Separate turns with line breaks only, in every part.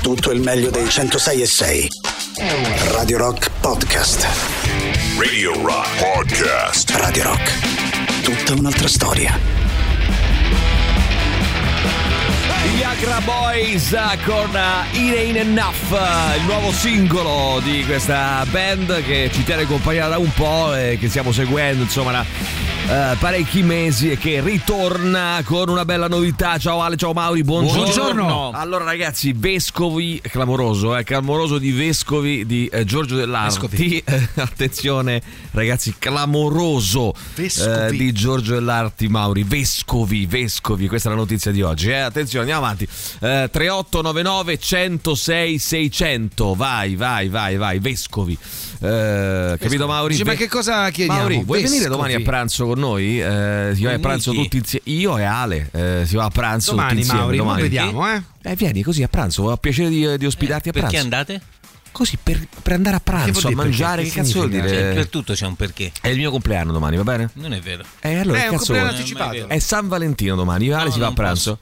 tutto il meglio dei 106 e 6. Radio Rock Podcast.
Radio Rock Podcast.
Radio Rock. Tutta un'altra storia.
Viagra Boys con In Ain't Enough, il nuovo singolo di questa band che ci tiene compagnia da un po' e che stiamo seguendo, insomma, da eh, parecchi mesi e che ritorna con una bella novità. Ciao Ale, ciao Mauri, buongiorno.
Buongiorno.
Allora ragazzi, Vescovi, clamoroso, eh, clamoroso di Vescovi di eh, Giorgio Dell'Arti. Eh, attenzione ragazzi, clamoroso eh, di Giorgio Dell'Arti, Mauri. Vescovi, Vescovi, questa è la notizia di oggi. Eh. Attenzione, andiamo avanti. Eh, 3899 106 600, vai, vai, vai, vai, Vescovi. Eh, capito Mauri?
Dici, ma
Ve-
che cosa chiediamo?
Mauri, vuoi
Vescovi.
venire domani a pranzo con noi? Eh, si va a
Con
pranzo
chi?
tutti insieme. Io e Ale eh, si va a pranzo tutti
Domani,
insieme.
Mauri,
domani.
domani. vediamo, eh.
Eh, vieni così a pranzo, ho piacere di, di ospitarti a
Eh, perché
pranzo.
andate?
Così per, per andare a
vuol
pranzo, a
dire perché?
mangiare, che,
Che
cazzo vuol
significa?
dire?
Cioè, per tutto c'è un perché.
È il mio compleanno domani, va bene?
Non è vero.
Eh, allora,
Eh,
che
è un
cazzo Eh,
compleanno
vuoi?
anticipato.
È San Valentino domani, Ale
No,
si va a
non
pranzo.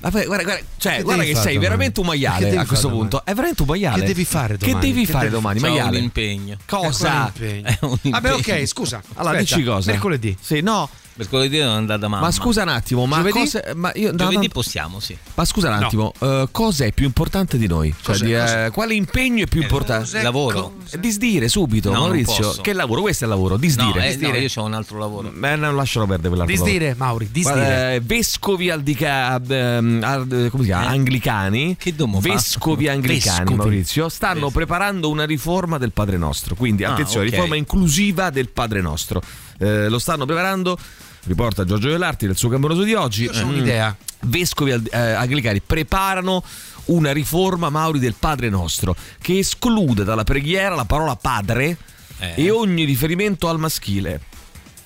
Ma poi, guarda, guarda, cioè,
Che
guarda
devi
che
fare domani?
sei veramente un
Che
maiale
devi
a questo
fare
punto.
domani?
È veramente un maiale.
Che devi fare
Che
domani?
devi
Che
fare
devi-
domani,
C'ho
maiale?
un impegno.
Cosa?
È un
È un
impegno. Vabbè,
impegno.
ok, scusa.
Allora,
Aspetta,
dici cosa?
Mercoledì.
Sì, no,
Mercoledì devo andare da mamma.
ma scusa un attimo, ma
Giovedì?
cosa- ma io- no,
Giovedì
no,
possiamo, sì.
Ma scusa un
No.
attimo, eh, cosa è più importante di noi? Cioè,
Cos'è?
di, eh,
Cos'è?
quale impegno è più importante? Eh,
cos'è? Lavoro.
Disdire subito,
No, non
Maurizio.
posso.
Che lavoro? Questo è il lavoro, disdire.
No, eh, no,
Disdire.
io ho un altro lavoro.
Eh, non lascialo perdere quell'altro lavoro.
Disdire, Mauri, disdire.
Guarda, eh, vescovi aldica- ehm, ar- eh, come si chiama?
Eh?
anglicani
Che domo fa?
vescovi anglicani
Vescovi.
Maurizio stanno
Vescovi.
preparando una riforma del Padre Nostro quindi
Ah,
attenzione
ok.
riforma inclusiva del Padre Nostro Eh, lo stanno preparando riporta Giorgio Velarti nel suo clamoroso di oggi
Io ho
Mm.
un'idea.
vescovi al- eh, anglicani preparano una riforma Mauri del Padre Nostro che esclude dalla preghiera la parola padre
Eh.
e ogni riferimento al maschile.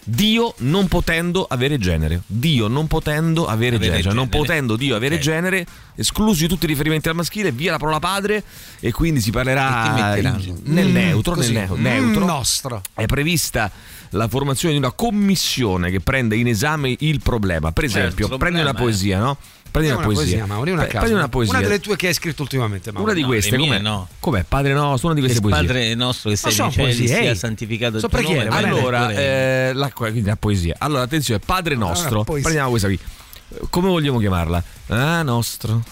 Dio non potendo avere genere. Dio non potendo avere,
Avere
genere. Cioè, non
genere.
potendo Dio avere
Ok.
genere, esclusi tutti i riferimenti al maschile, via la parola padre e quindi si
E ti
parlerà
metteranno.
in- nel neutro, nel
Così.
neo-
Mm,
neutro.
nostro.
È prevista la formazione di una commissione che prende in esame il problema. Per
Certo,
esempio,
il
prendi una
problema,
poesia, no? Prendi una,
Una poesia, Mauri, una a
Pre-
caso.
prendi una poesia.
Una delle tue che hai scritto ultimamente, Mauri.
Una di
No,
queste,
le mie
com'è?
no.
Com'è? Padre nostro, una di
Che
queste
il
poesie.
Padre nostro che sei
sono
nei cieli
poesie,
sia
ehi.
santificato il
Sono
tuo
preghiere,
nome.
va bene.
Allora,
venga
eh, la, quindi la poesia. Allora, attenzione, Padre nostro.
una poesia.
Prendiamo questa qui. Come vogliamo chiamarla? Ah, nostro.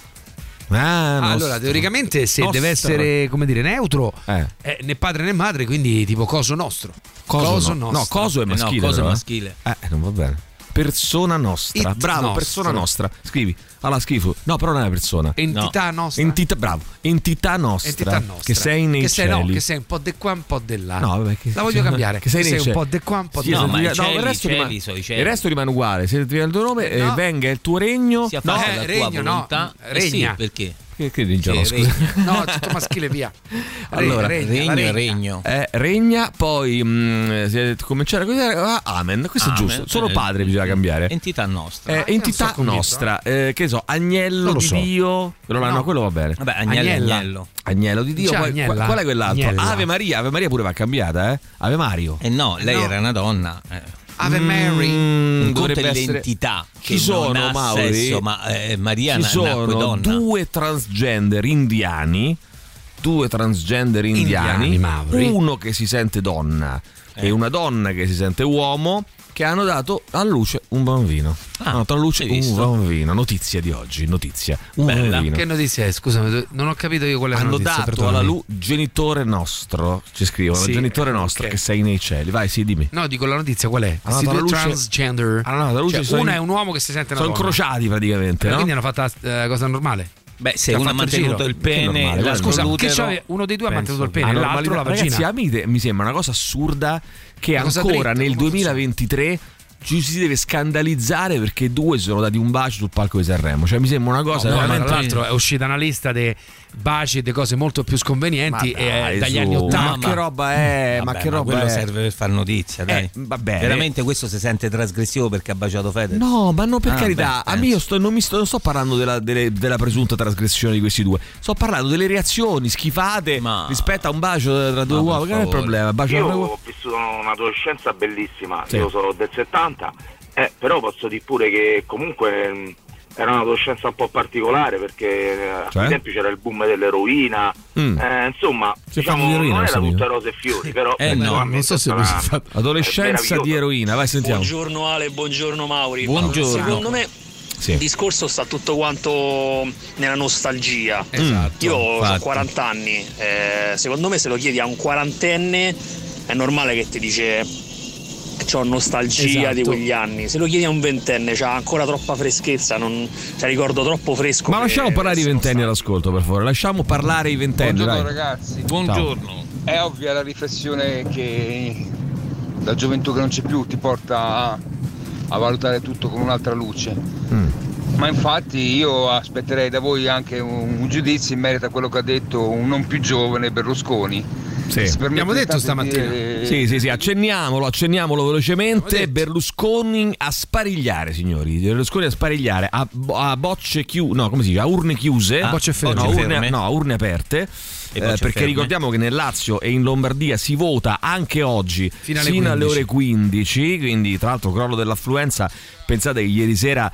Ah,
Ah,
nostro.
Allora, teoricamente, se
Nostro.
deve essere, come dire, neutro,
Eh.
eh, né padre né madre, quindi tipo coso nostro.
Coso, no.
nostro.
No, coso è
Eh no,
maschile.
coso è
però, eh.
maschile.
Eh, non va bene. Persona nostra.
It
Bravo,
nostro.
persona nostra. Scrivi. Allora, schifo. No, però non è una persona.
Entità nostra.
Entità, bravo. Entità nostra.
Entità nostra.
Che sei nei
che sei, no,
cieli.
che sei un po' di qua, un po' di là.
No, vabbè, che-
La voglio cambiare.
Che sei, nei
un
cieli.
po' di qua, un po'
Sì,
di là.
No, ma
esatto.
i
No,
cieli,
il, resto
i cieli
rimane,
sono i
il
cieli.
resto rimane uguale. Se ti viene il tuo nome,
Eh, no.
eh, venga il tuo regno.
Sia
no,
fatta la
eh,
tua
regno, no.
volontà. Eh sì,
Regna.
perché?
che, che regno?
Sì,
Scusa.
No, tutto maschile, via.
Allora,
Regna, regna,
regno,
la
regno.
regna.
Eh, regna, poi mm, si è cominciare così. ah, amen. Questo
Amen.
è giusto. Solo
Eh,
padre bisogna cambiare.
Entità nostra.
Eh,
io
entità
non sono
nostra, eh, che so, agnello
Non lo
di
so.
Dio. No, no,
No.
quello va bene.
Vabbè, agnello,
Agnella.
agnello.
Agnello di Dio.
C'è
Poi,
Agnella?
qua- qual è quell'altro?
Agnella.
Ave Maria, Ave Maria pure va cambiata, eh? Ave Mario.
Eh no, lei
no.
era una donna. eh.
Ave Mary.
Mm,
Un conto è
dovrebbe essere-
l'entità
Ci
che
sono,
non ha
Mauri?
sesso, ma eh, Maria
Ci
na- nacque
sono
donna.
due transgender indiani, due transgender indiani,
Indiani, Mauri.
uno che si sente donna
Eh.
e una donna che si sente uomo, che hanno dato a luce un bambino.
Ah,
hanno dato a luce
hai
un
visto?
bambino. Notizia di oggi, notizia. Un
Bella.
bambino.
Che notizia è? Scusami, non ho capito io quella
hanno
notizia.
dato
perdonami.
alla luce genitore nostro, ci scrivono,
Sì,
genitore
eh,
nostro
ok.
che sei nei cieli. Vai, sì, dimmi.
No, dico la notizia qual è? Questi
dato
due
alla luce-
transgender.
Hanno dato alla luce
Cioè,
sono-
una è un uomo che si sente una
Sono
donna.
incrociati praticamente,
Cioè,
no?
Quindi hanno fatto la eh, cosa normale.
Beh, se
Che ha
uno ha
fatto il
mantenuto
giro.
il
Che è normale,
pene,
guarda.
l'altro
Scusa,
Scusa, che
l'utero-
c'aveva- uno dei due ha mantenuto il pene,
Ah,
l'altro
normalità.
la vagina.
Ragazzi, a me te- mi sembra una cosa assurda che
Una cosa
ancora
dritta,
nel
come funziona?
2023 ci si deve scandalizzare perché due si sono dati un bacio sul palco di Sanremo. Cioè, mi sembra una cosa
No, ma
veramente.
tra l'altro è uscita una lista di baci e di cose molto più sconvenienti
Ma
eh,
dai,
dagli
su.
anni Ottanta.
Ma che roba è?
Vabbè,
ma che roba
quello
è?
serve per far notizia, dai.
Eh, vabbè.
Veramente questo si sente trasgressivo perché ha baciato Fedez.
No, ma no, per
Ah,
carità,
beh,
a me io sto, non, mi sto, non sto parlando della, delle- della presunta trasgressione di questi due, sto parlando delle reazioni schifate
Ma-
rispetto a un bacio tra
Ma per
due uova. Che è il
favore.
problema? Il Bacio
Io
tra due uova-
ho vissuto un'adolescenza bellissima,
Sì.
io sono del 70, eh, però posso dire pure che comunque mh, era una adolescenza un po' particolare perché
Cioè?
ad esempio c'era il boom dell'eroina,
Mm.
eh, insomma
Si fa
diciamo,
di eroina,
non era
signor.
tutto rose e fiori, però
Eh, no,
sicuramente
non so se
sarà-
lui si fa-
Adolescenza
è
di eroina, vai sentiamo.
Buongiorno Ale, buongiorno Mauri.
Buongiorno.
Secondo me il
Sì.
discorso sta tutto quanto nella nostalgia.
Esatto.
Io ho
infatti.
40 anni, eh, secondo me se lo chiedi a un quarantenne è normale che ti dice ho nostalgia
Esatto.
di quegli anni. Se lo chiedi a un ventenne c'ha ancora troppa freschezza, non cioè, ricordo troppo fresco.
Ma
che
lasciamo parlare i
sono
ventenni
stato.
all'ascolto, per favore. Lasciamo parlare i ventenni. dai.
Buongiorno ragazzi,
Buongiorno.
è ovvia la riflessione che la gioventù che non c'è più ti porta a, a valutare tutto con un'altra luce. Ma infatti io aspetterei da voi anche un, un giudizio in merito a quello che ha detto un non più giovane Berlusconi.
Sì.
Abbiamo detto stamattina.
Sì, sì, sì, accenniamolo, accenniamolo velocemente. Berlusconi a sparigliare, signori. Berlusconi a sparigliare a, bo- a bocce chiuse, no, come si dice? A urne chiuse,
A bocce ferme.
No, a urne,
Ferme.
no, a urne aperte.
E
eh,
bocce
perché
ferme.
ricordiamo che nel Lazio e in Lombardia si vota anche oggi
Fino alle
fino alle ore 15. Quindi, tra l'altro, crollo dell'affluenza. Pensate che ieri sera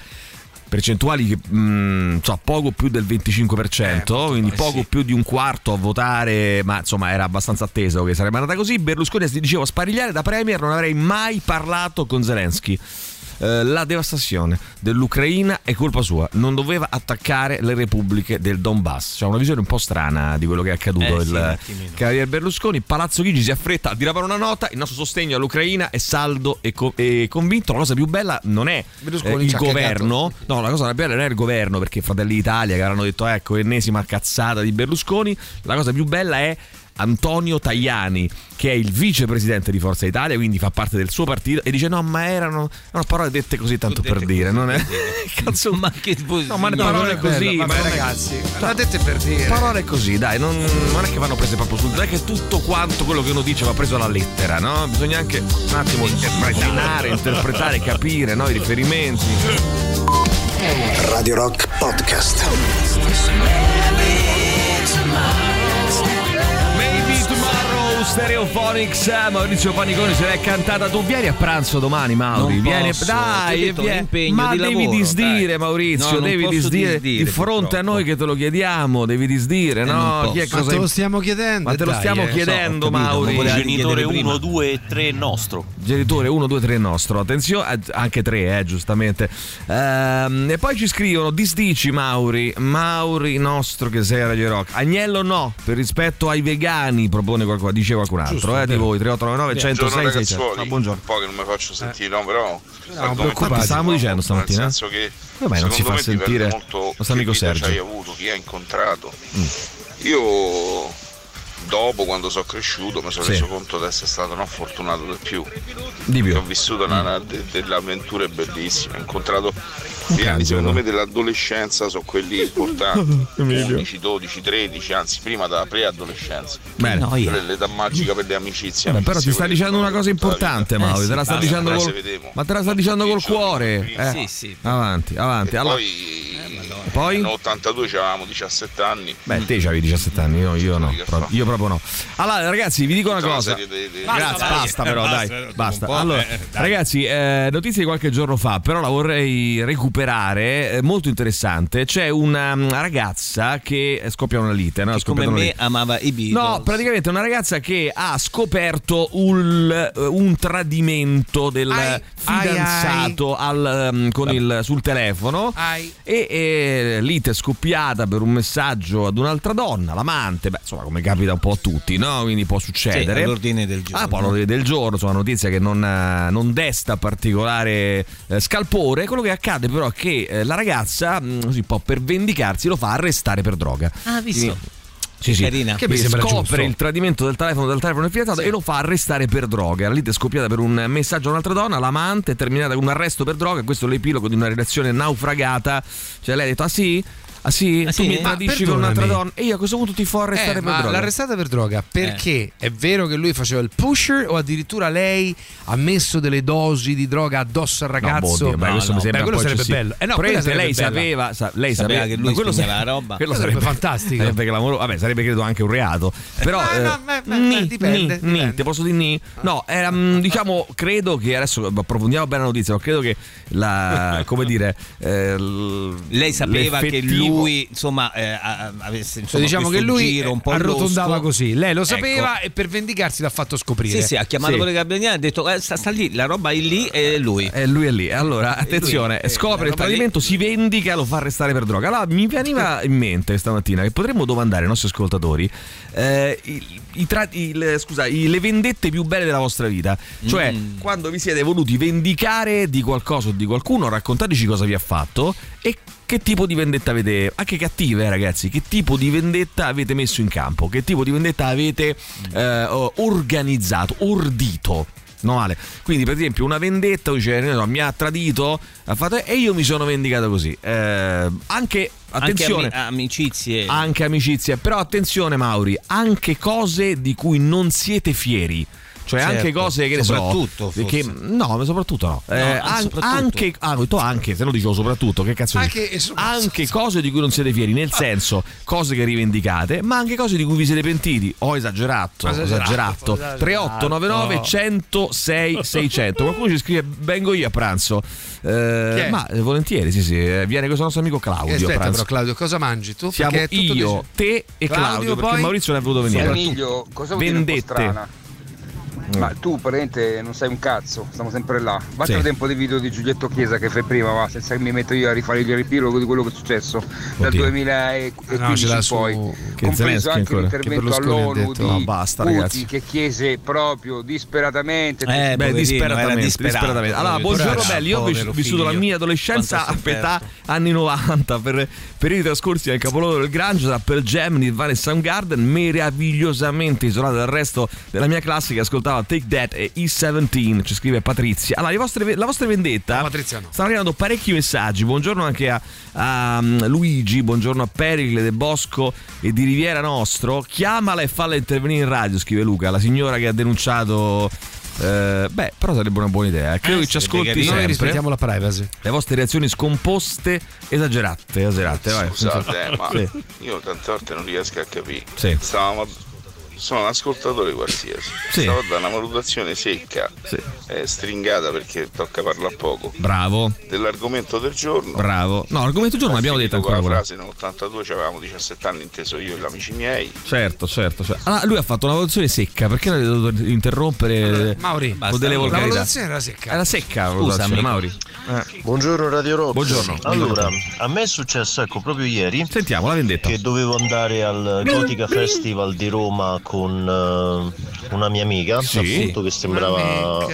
percentuali che mh, so, poco più del 25%, quindi poco Eh, più di un quarto a votare, ma insomma era abbastanza atteso che sarebbe andata così. Berlusconi si diceva sparigliare da Premier, non avrei mai parlato con Zelensky. Eh, La devastazione dell'Ucraina è colpa sua, non doveva attaccare le repubbliche del Donbass. C'è una visione un po' strana di quello che è accaduto.
Eh, sì, un
il
attimino.
cavaliere Berlusconi, Palazzo Chigi si affretta a diravare una nota. Il nostro sostegno all'Ucraina è saldo e, co- e convinto. La cosa più bella non è eh,
Berlusconi
il
ci ha cagato.
governo, no, la cosa bella non è il governo perché Fratelli d'Italia che avranno detto ecco ennesima cazzata di Berlusconi, la cosa più bella è Antonio Tajani che è il vicepresidente di Forza Italia, quindi fa parte del suo partito e dice no, ma erano erano parole dette così tanto
Dette
per dire,
così,
non è
per dire.
cazzo
eh. Ma che voi-
No, ma le
no,
parole
non
è
così,
bello,
ma
vabbè,
non è-
ragazzi, l'ha detto per dire.
Parole così, dai, non, non è che vanno prese proprio sul. Non è che tutto quanto quello che uno dice va preso alla lettera, no? Bisogna anche un attimo immaginare, interpretare, capire, no? I riferimenti.
Radio Rock Podcast.
Maybe tomorrow Stereophonics eh, Maurizio Paniconi se l'è cantata tu vieni a pranzo domani Mauri
Non
vieni
posso,
dai
ti ho detto,
vieni.
un impegno
ma
di
devi
lavoro,
disdire
dai.
Maurizio
No, non
devi
posso
disdire,
disdire,
di fronte a
purtroppo. Eh,
noi che te lo chiediamo devi disdire no
non
chi è
Ma te
cosa
lo stiamo chiedendo.
ma te lo
dai,
stiamo
eh.
chiedendo Mauri
Genitore 1, 2.
Genitore 1, 2, 3 nostro, attenzione, eh, anche 3, eh, giustamente. Ehm, e poi ci scrivono: Disdici Mauri, Mauri nostro che sei a Radio Rock. Agnello no, per rispetto ai vegani, propone qualcuno, dice qualcun altro, eh, di voi 3899 106 600. Ah, buongiorno. Eh. Ah,
Un po' che non mi faccio sentire, no, però.
Eravamo
Quanti
preoccupati.
stavamo dicendo stamattina? eh.
Nel senso che.
Vabbè, non
secondo
si fa
me dipende
sentire
molto
nostro
che
amico
vita
Sergio. Mm.
Ci hai avuto, chi hai incontrato. Io, dopo, quando sono cresciuto, mi sono
Sì.
reso conto di essere stato non fortunato del più.
Di
Che
più. Mm.
ho vissuto una, una- de- delle avventure bellissime. Ho incontrato gli
cavolo.
anni, secondo me, dell'adolescenza sono quelli importanti. 11, 12, 13, anzi, prima della preadolescenza.
Bene.
Quella è l'età magica per le amicizie.
Beh, però
amicizie,
ti sta
quelle
dicendo
che
una cosa
tutta la vita.
importante, Mauri. te la sta
vabbè,
dicendo
ma
col,
se vedemo.
ma te la sta dicendo col
Diciamo
cuore. Eh.
Sì, sì.
Avanti, avanti.
E
Allora,
poi,
Poi?
nel 82 avevamo 17 anni.
Beh, te avevi 17 anni, io, io no.
Io
proprio- Io proprio no. Allora, ragazzi, vi dico una
Tutta una
cosa.
serie di- di-
Grazie, basta però,
Eh, basta,
dai,
dopo
basta.
un po',
Allora,
eh, dai.
ragazzi, eh, notizie di qualche giorno fa, però la vorrei recuperare, eh, molto interessante. C'è una mm, ragazza che scoppia una lite, no? Ha
Che come
scoppiato
me
una lite.
amava i Beatles.
No, praticamente è una ragazza che ha scoperto un, eh, un tradimento del
Ai,
fidanzato al, mm, con il- sul telefono
Ai.
e, e lite è scoppiata per un messaggio ad un'altra donna, l'amante, beh, insomma come capita un po' a tutti, no? Quindi può
Sì,
succedere.
cioè, all'ordine del giorno.
Ah, poi all'ordine del giorno, insomma, una notizia che non, eh, non desta particolare eh, scalpore. Quello che accade però è che eh, la ragazza, mh, così un po' per vendicarsi, lo fa arrestare per droga.
Ah, visto.
Sì, sì.
Carina.
Che
mi sembra
scopre
giusto.
il tradimento del telefono del telefono del fidanzato e lo fa arrestare per droga. La lite è scoppiata per un messaggio a un'altra donna, l'amante è terminata con un arresto per droga. Questo è l'epilogo di una relazione naufragata. Cioè lei ha detto "Ah sì? Ah sì?
Ah, sì?
Tu mi
Ah,
tradisci con un'altra
perdonami.
donna e io a questo punto ti farò arrestare
Eh,
per
ma
droga. Eh.
l'arrestata per droga perché è vero che lui faceva il pusher o addirittura lei ha messo delle dosi di droga addosso al
No, boh,
ragazzo
Dio, beh, questo mi sembra
Beh,
un
quello
po'
sarebbe
eccessivo.
bello eh no quella
Probabilmente
sarebbe
lei
bella.
sapeva, sa- lei
Sapeva
sapeva
che
che
lui
lui quello
spingeva
sarebbe-
la roba.
Quello
Sarebbe
sarebbe,
fantastico.
Sarebbe clamoroso. Vabbè, sarebbe credo anche un reato. Però
Ma Ah, no,
eh,
ma- ma-
ni,
dipende,
ni, ni,
dipende. Ah.
ti posso dire ni? No, era, mm, diciamo, credo che adesso approfondiamo bene la notizia, ma credo che la come dire, eh, l-
Lei sapeva che
l'effettivo-
lui, insomma, eh, a- a- avesse
Cioè,
insomma,
diciamo che
questo
lui
giro un po'
arrotondava
losco.
così lei lo
Ecco.
sapeva e per vendicarsi l'ha fatto scoprire
Sì, sì, ha chiamato
Sì.
pure i carabinieri e ha detto "Eh, sta, sta lì, la roba è lì e lui.
Eh, lui è lì. Allora, attenzione,
eh,
scopre
la
il
roba lì-
tradimento, si vendica, lo fa arrestare per droga. Allora, mi veniva in mente stamattina che potremmo domandare ai nostri ascoltatori eh, i- i tra- il- scusa, i- le vendette più belle della vostra vita. Cioè,
Mm.
quando vi siete voluti vendicare di qualcosa o di qualcuno, raccontateci cosa vi ha fatto e che tipo di vendetta avete, anche cattive eh, ragazzi, che tipo di vendetta avete messo in campo, che tipo di vendetta avete
Mm.
eh, organizzato, ordito. No, male. Quindi, per esempio, una vendetta dice, "Non so, mi ha tradito ha fatto, e io mi sono vendicato così. Eh, anche attenzione.
Anche ami- amicizie.
Anche amicizie, però attenzione Mauri, anche cose di cui non siete fieri. Cioè
Certo,
anche cose che ne so,
soprattutto, forse.
che- no, ma soprattutto no. Eh,
anzi,
an-
soprattutto.
Anche ah, ho detto anche, se no dicevo soprattutto, che cazzo
Anche-
dico?
e so- Ah.
anche cose di cui non siete fieri, nel senso cose che rivendicate, ma anche cose di cui vi siete pentiti. Ho esagerato, ho esagerato.
Esagerato,
3899 106 600. Qualcuno ci scrive vengo io a pranzo. Eh,
Chi è?
ma eh, volentieri, sì, sì, eh, viene questo nostro amico Claudio
Eh,
a
aspetta
pranzo.
però Claudio cosa mangi tu
Siamo
Perché è tutto
io,
deciso.
te e Claudio,
Claudio,
perché
poi?
Maurizio non è voluto venire.
Emilio, cosa vuol dire un po'
vendette.
strana? Ma tu praticamente non sai un cazzo, stiamo sempre là. Basta
Mm. Sì.
vedere un po' dei video di Giulietto Chiesa che fai prima, va, senza che mi metto io a rifare il riepilogo di quello che è successo
Oddio. Ah,
dal
No, ce
2015
l'ha
in
su-
poi.
che Zelensky
Compreso anche
ancora, che
l'intervento
Berlusconi ha
all'ONU
detto,
di
"No, basta,
Putin
ragazzi".
che chiese proprio disperatamente
Eh,
Beh,
poverino, era
disperatamente,
disperato.
disperatamente. Allora,
Povero
buongiorno
ragazzo,
belli. Io ho vis-
povero
vissuto la
figlio.
mia adolescenza a
Quanto ha
metà
sofferto.
anni 90 per periodi trascorsi nel capoluogo del Grunge tra Pearl Jam, Nirvana e Soundgarden, meravigliosamente isolato dal resto della mia classe che ascoltava Take That e E17, ci scrive Patrizia. Allora, le vostre- la vostra vendetta
No, Patrizia no.
stanno arrivando parecchi messaggi. Buongiorno anche a, a, um, Luigi, buongiorno a Pericle De Bosco e di Riviera Nostro. Chiamala e falla intervenire in radio, scrive Luca, la signora che ha denunciato eh, beh, però sarebbe una buona idea. eh. Credo che ci
sarebbe
ascolti
carino.
noi
sempre.
rispettiamo la privacy
Le vostre reazioni scomposte, esagerate, esagerate. Vai.
Scusate, eh, ma
Sì.
io tante volte non riesco a capire.
Sì.
Stavamo- sono un ascoltatore qualsiasi.
Sì.
Stavo a dare una valutazione secca,
Sì.
eh, stringata perché tocca parlare poco,
Bravo,
dell'argomento del giorno.
bravo. No, argomento giorno non abbiamo detto
Finito con
ancora
la
quella.
frase nel 82 avevamo 17 anni, inteso io e gli amici miei.
Certo, certo. certo. Allora, lui ha fatto una valutazione secca, perché l'avete dovuto interrompere
Mauri
con delle
la
volgarità?
valutazione era secca
Era secca la valutazione,
amico.
Mauri.
Eh, Buongiorno Radio Rock.
Buongiorno.
Allora, a me è successo, ecco, proprio ieri
Sentiamo la vendetta.
che dovevo andare al Gotica Festival di Roma con eh, una mia amica,
Sì.
appunto che sembrava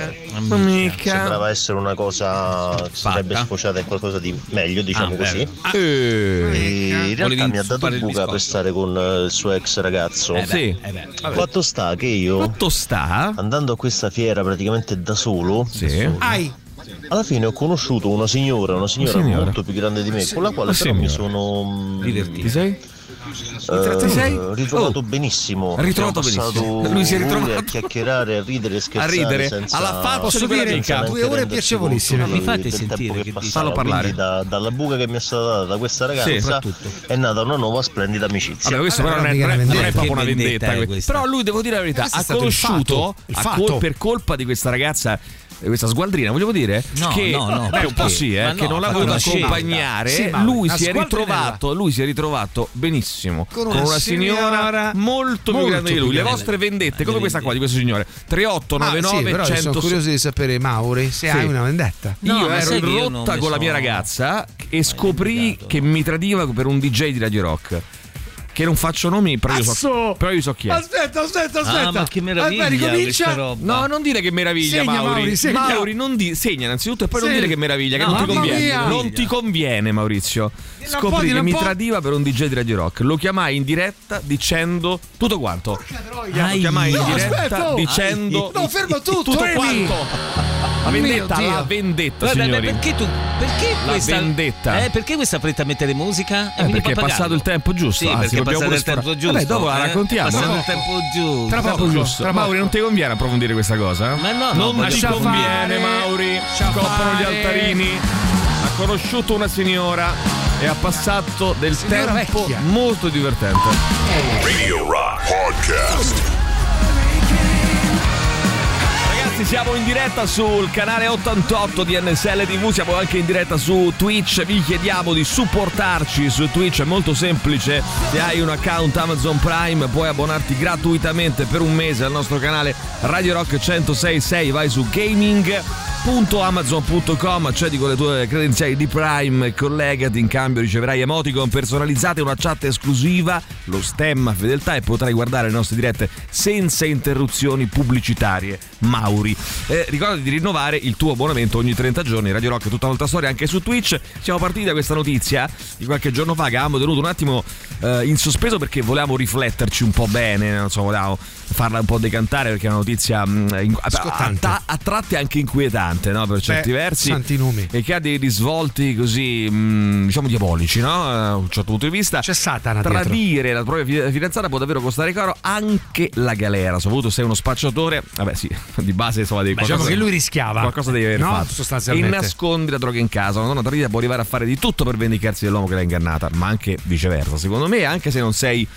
Mica.
sembrava essere una cosa che sarebbe sfociata in qualcosa di meglio,
Ah,
diciamo così.
Eh,
E in
Volevi
realtà mi ha dato
inzuppare il
buca per
biscotto.
stare con eh, il suo ex ragazzo.
sì.
Fatto sta che io
Fatto sta.
andando a questa fiera praticamente da solo,
Sì.
Ai,
Alla fine ho conosciuto una signora, una signora,
Signora.
molto più grande di me, con la quale
Una
però mi
signora.
sono mm,
Ti sei?
eh,
Ti sei?
ritrovato
Oh.
benissimo.
Ritrovato
Abbiamo passato
benissimo. Lui si è
ore
ritrovato.
a chiacchierare, a ridere, e
A
scherzare
ridere
senza
alla faccia
Posso
di quella
dire
amica.
due ore
rendersi
piacevolissime.
conto
Ma mi fate
del tempo
sentire che
che
dici.
passava.
Fallo parlare.
Quindi da- dalla buca che mi è stata data da questa ragazza è nata una nuova splendida amicizia.
Vabbè, questo
Vabbè,
però non è,
mica
non è-
una vendetta.
non è proprio una
Che vendetta
vendetta. eh,
è
que-
questa?
Però lui, devo dire la verità,
Questo è
ha
stato il
conosciuto
fatto, il
a
fatto.
col- per colpa di questa ragazza. eh, Questa sgualdrina, volevo dire
No,
che
no, no,
beh,
perché?
un po' sì, eh,
Ma
che
no,
non l'ha
ha fatto
voluto
una scelta.
accompagnare.
Sì, ma
lui
una
si è
sgualdrinella.
ritrovato, lui si è ritrovato benissimo con una, signora
signora
molto più
molto
grande di
più
lui. Le
grande.
vostre vendette, come questa qua di questo signore 3899
ah, sì, però io
100
sono curioso di sapere Mauri se
Sì.
hai una vendetta
No,
io
ma
ero
sai
in
che io non
rotta
mi
con la
sono-
mia ragazza e scoprì
vendicato.
che mi tradiva per un DJ di Radio Rock. Che non faccio nomi, però io so,
Cazzo!
però io so chi è.
aspetta aspetta
Ah, ma che meraviglia
Aspetta, ricomincia
questa roba.
No, non dire che meraviglia,
Segna,
Mauri.
Mauri, segna.
Mauri, non di- segna innanzitutto e poi non
Sì.
dire che meraviglia, che
No,
non ti
mamma
conviene.
mia.
Non ti conviene, Maurizio.
Dillo un po',
Scoprì
dillo
che
un
mi
po'.
tradiva per un DJ di Radio Rock. Lo chiamai in diretta dicendo tutto quanto. Lo
Ai.
chiamai in
No,
diretta
aspetta, oh.
dicendo
No, fermo tu,
tutto
Tony.
quanto. La vendetta, la vendetta,
Vabbè,
signori.
beh, perché tu perché
La
questa
vendetta.
Eh, perché questa fretta a mettere musica?
Eh, perché è passato il tempo giusto.
Sì, perché
anzi,
è
abbiamo
passato
pure
il tempo
sforato.
giusto.
Vabbè, dopo la
eh?
raccontiamo.
È passato
no?
il tempo giusto.
Tra poco,
Tempo
giusto. Mauri, non ti conviene approfondire questa cosa?
Ma no,
non
no,
ti
voglio-
conviene,
fare,
Mauri.
lascia
Scoprono gli
fare.
altarini. Ha conosciuto una signora e ha passato del tempo molto divertente.
Radio Rock Podcast.
Ragazzi, siamo in diretta sul canale 88 di NSL TV, siamo anche in diretta su Twitch, vi chiediamo di supportarci su Twitch, è molto semplice, se hai un account Amazon Prime puoi abbonarti gratuitamente per un mese al nostro canale Radio Rock 1066, vai su gaming.amazon.com, accedi con cioè le tue credenziali di Prime, collegati in cambio riceverai emoticon personalizzate, una chat esclusiva, lo stemma fedeltà e potrai guardare le nostre dirette senza interruzioni pubblicitarie. Mauri, eh, ricordati di rinnovare il tuo abbonamento ogni 30 giorni. Radio Rock è tutta un'altra storia anche su Twitch. Siamo partiti da questa notizia di qualche giorno fa che avevamo tenuto un attimo eh, in sospeso perché volevamo rifletterci un po' bene, non so, volevamo farla un po' decantare perché è una notizia mh, in- a, a, a- a tratti anche inquietante no? per certi versi
santi nomi.
e che ha dei risvolti così mh, diciamo diabolici no? a un certo punto di vista c'è
Satana dietro.
tradire la propria fi- fidanzata può davvero costare caro anche la galera soprattutto se sei uno spacciatore vabbè sì di base insomma devi
Beh, diciamo che lui rischiava.
qualcosa devi aver
No,
fatto
sostanzialmente.
e nascondi la droga in casa una donna tradita può arrivare a fare di tutto per vendicarsi dell'uomo che l'ha ingannata ma anche viceversa secondo me anche se non sei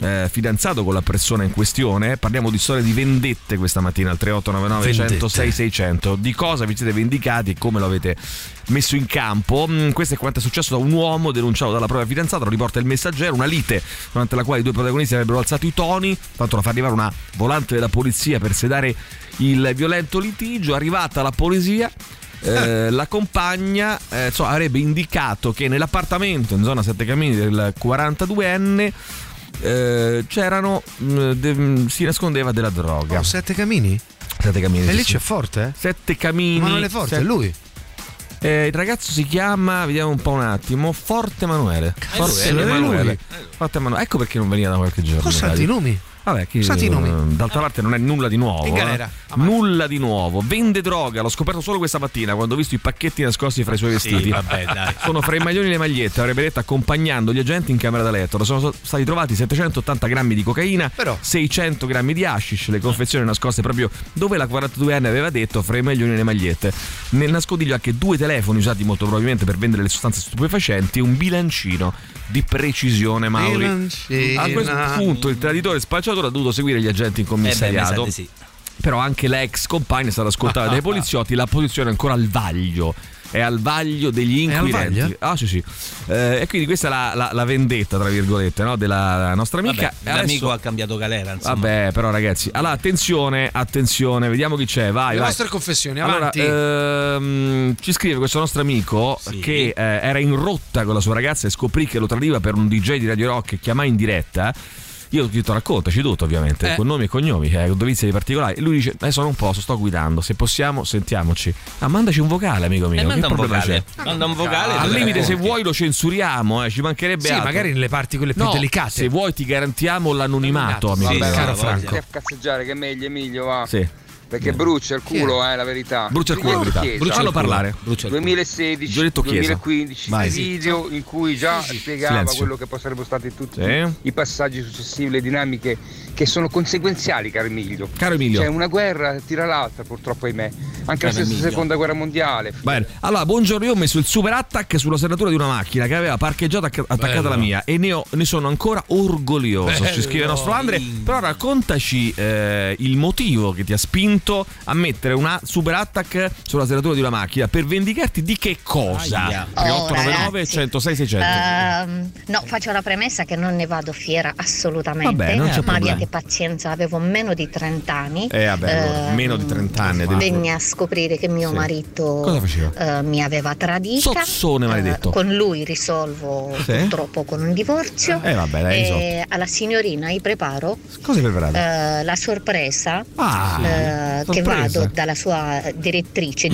eh, fidanzato con la persona in questione parliamo di storie di vendette questa mattina al 3899 106 600 di cosa vi siete vendicati e come lo avete messo in campo Mm, questo è quanto è successo da un uomo denunciato dalla propria fidanzata lo riporta il messaggero una lite durante la quale i due protagonisti avrebbero alzato i toni tanto la fa arrivare una volante della polizia per sedare il violento litigio arrivata la polizia eh, la compagna eh, insomma, avrebbe indicato che nell'appartamento in zona Sette Camini del 42enne eh, c'erano mh, de- mh, si nascondeva della droga.
Oh, Sette camini?
Sette camini.
E
sì,
lì
sì.
c'è forte? eh?
Sette camini.
Ma non è forte,
Sette-
è lui.
Eh, il ragazzo si chiama, vediamo un po' un attimo, Forte Emanuele. Forte
lui, è
Emanuele.
lui.
Forte Emanuele. Ecco perché non veniva da qualche giorno.
Cosa
dai.
santi nomi?
Vabbè, chi,
Santi
eh,
nomi.
D'altra parte non è nulla di nuovo.
In
eh.
galera,
Nulla di nuovo. Vende droga, l'ho scoperto solo questa mattina quando ho visto i pacchetti nascosti fra i suoi vestiti.
vabbè, dai.
Sono fra i maglioni e le magliette, avrebbe detto accompagnando gli agenti in camera da letto. Sono so- stati trovati 780 grammi di cocaina, 600 grammi di hashish, le confezioni nascoste proprio dove la 42enne aveva detto fra i maglioni e le magliette. Nel nascondiglio anche due telefoni usati molto probabilmente per vendere le sostanze stupefacenti e un bilancino di precisione, Mauri.
Bilancino.
A questo punto il traditore spacciatore ha dovuto seguire gli agenti in
Eh
commissariato. Però anche la ex compagna è stata ascoltata dai poliziotti, la posizione è ancora al vaglio. È al vaglio degli
È al
inquirenti.
vaglio?
Ah, sì, sì. Eh, e quindi questa è la, la- la vendetta, tra virgolette, no, della nostra amica.
Vabbè,
E adesso-
l'amico ha cambiato galera, insomma.
Vabbè, però, ragazzi. Allora, attenzione, attenzione, vediamo chi c'è. Vai,
Le
vai.
vostre confessioni,
Allora,
avanti.
eh, ehm, ci scrive questo nostro amico che eh, era in rotta con la sua ragazza e scoprì che lo tradiva per un DJ di Radio Rock che chiamai in diretta. Io ho detto raccontaci tutto ovviamente,
Eh.
con nomi e cognomi, eh, con dovizie di particolari. E lui dice, "Eh, adesso non posso, sto guidando, se possiamo sentiamoci. Ah, mandaci un vocale amico mio.
Eh,
che
manda un
problema
vocale.
c'è?
Manda un vocale.
Al
dove
limite se
racconti.
vuoi lo censuriamo, eh, ci mancherebbe
Sì,
altro.
magari nelle parti quelle più
No,
delicate.
Se vuoi ti garantiamo l'anonimato, amico mio.
Vabbè, va, va, Che a cazzeggiare che è meglio Emilio va.
Sì.
Perché brucia il culo, eh, la verità.
Brucia il culo, la verità.
Chiesa.
Brucia Fallo il culo. parlare. Brucia il culo.
2016,
Già detto Chiesa.
2015,
Vai.
video in cui già spiegava
Silenzio.
quello che poi sarebbero stati tutti
Sì.
i passaggi successivi, le dinamiche che sono conseguenziali, caro Emilio.
Caro Emilio.
Cioè una guerra tira l'altra, purtroppo ahimè. Anche
Caro
la stessa
Emilio.
seconda guerra mondiale.
Bene. Allora, buongiorno. Io ho messo il super attack sulla serratura di una macchina che aveva parcheggiata acc- attaccata alla mia e ne, ho- ne sono ancora orgoglioso. Ci scrive il nostro Andre. Però raccontaci eh, il motivo che ti ha spinto a mettere una super attack sulla serratura di una macchina per vendicarti di che cosa?
Aia.
3899
Oh,
106 600.
Ehm, no, faccio la premessa che non ne vado fiera assolutamente,
Vabbè, non c'è
ma
problema.
abbiate pazienza, avevo meno di 30 anni.
Eh, vabbè, allora,
Ehm,
meno di 30 anni.
Venne
addirittura.
a scoprire che mio
Sì. Cosa
marito
faceva?
eh, mi aveva tradita.
Sozzone maledetto.
Eh, con lui risolvo
Sì.
purtroppo con un divorzio.
Eh, vabbè, dai,
E
risolto.
alla signorina io preparo
Cosa hai preparato?
eh, la sorpresa,
Ah,
eh, che
sorpresa.
vado dalla sua direttrice,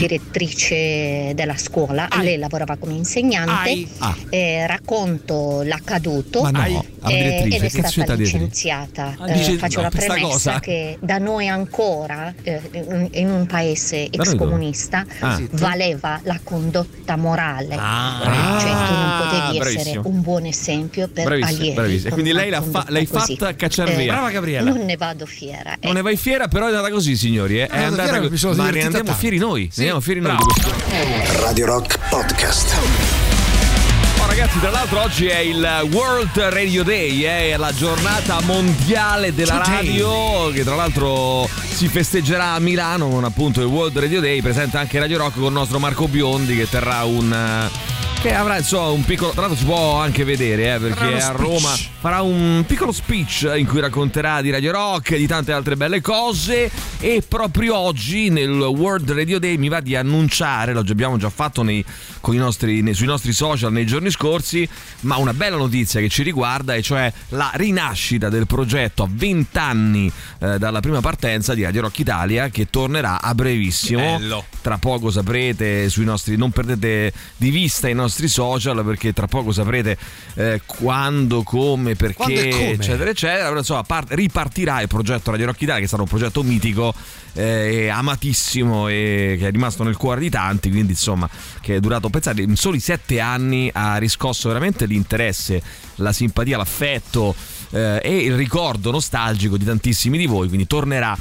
direttrice della scuola, lei lavorava come insegnante,
Ai. Ah.
eh, racconto l'accaduto
Ma no, Ai.
eh,
alla direttrice,
ed è
che cazzo
stata
t'ha detto?
licenziata
Ah,
eh,
dice
faccio
no,
la
questa
premessa
cosa.
che da noi ancora, eh, in- in un paese
Da noi dove?
ex-comunista,
Ah.
valeva la condotta morale.
Ah.
cioè tu non
Ah,
potevi essere
bravissimo.
un buon esempio per
Bravissimo,
allievi.
bravissimo. E
con
quindi
una
lei l'ha fa-
condotta
l'hai
così. Eh,
fatta cacciar via. Brava Gabriella.
Non ne vado fiera.
Non ne vai fiera, però è andata così, signori. eh. È
vado
andata
fiera,
così.
mi sono
Ma ne
divertito
andiamo
tanto.
fieri noi. Ne andiamo fieri noi. di questo.
Radio Rock Podcast.
Oh, ragazzi, tra l'altro oggi è il World Radio Day, eh, è la giornata mondiale della radio che tra l'altro si festeggerà a Milano con appunto il World Radio Day, presente anche Radio Rock con il nostro Marco Biondi che terrà un... eh, che avrà insomma un piccolo... Tra l'altro si può anche vedere eh,
Farà
perché
uno
a
speech.
Roma farà un piccolo speech eh, in cui racconterà di Radio Rock e di tante altre belle cose e proprio oggi nel World Radio Day mi va di annunciare, lo abbiamo già fatto nei- con i nostri- nei- sui nostri social nei giorni scorsi, ma una bella notizia che ci riguarda e cioè la rinascita del progetto a 20 anni eh, dalla prima partenza di Radio Rock Italia che tornerà a brevissimo.
Bello.
Tra poco saprete sui nostri. Non perdete di vista i nostri social perché tra poco saprete eh, quando, come, perché,
Quando e come.
eccetera, eccetera. Allora, insomma, par- ripartirà il progetto Radio Rock Italia, che è stato un progetto mitico, eh, e amatissimo e che è rimasto nel cuore di tanti. Quindi, insomma, che è durato, pensate, in soli sette anni ha riscosso veramente l'interesse, la simpatia, l'affetto. eh, e il ricordo nostalgico di tantissimi di voi, quindi tornerà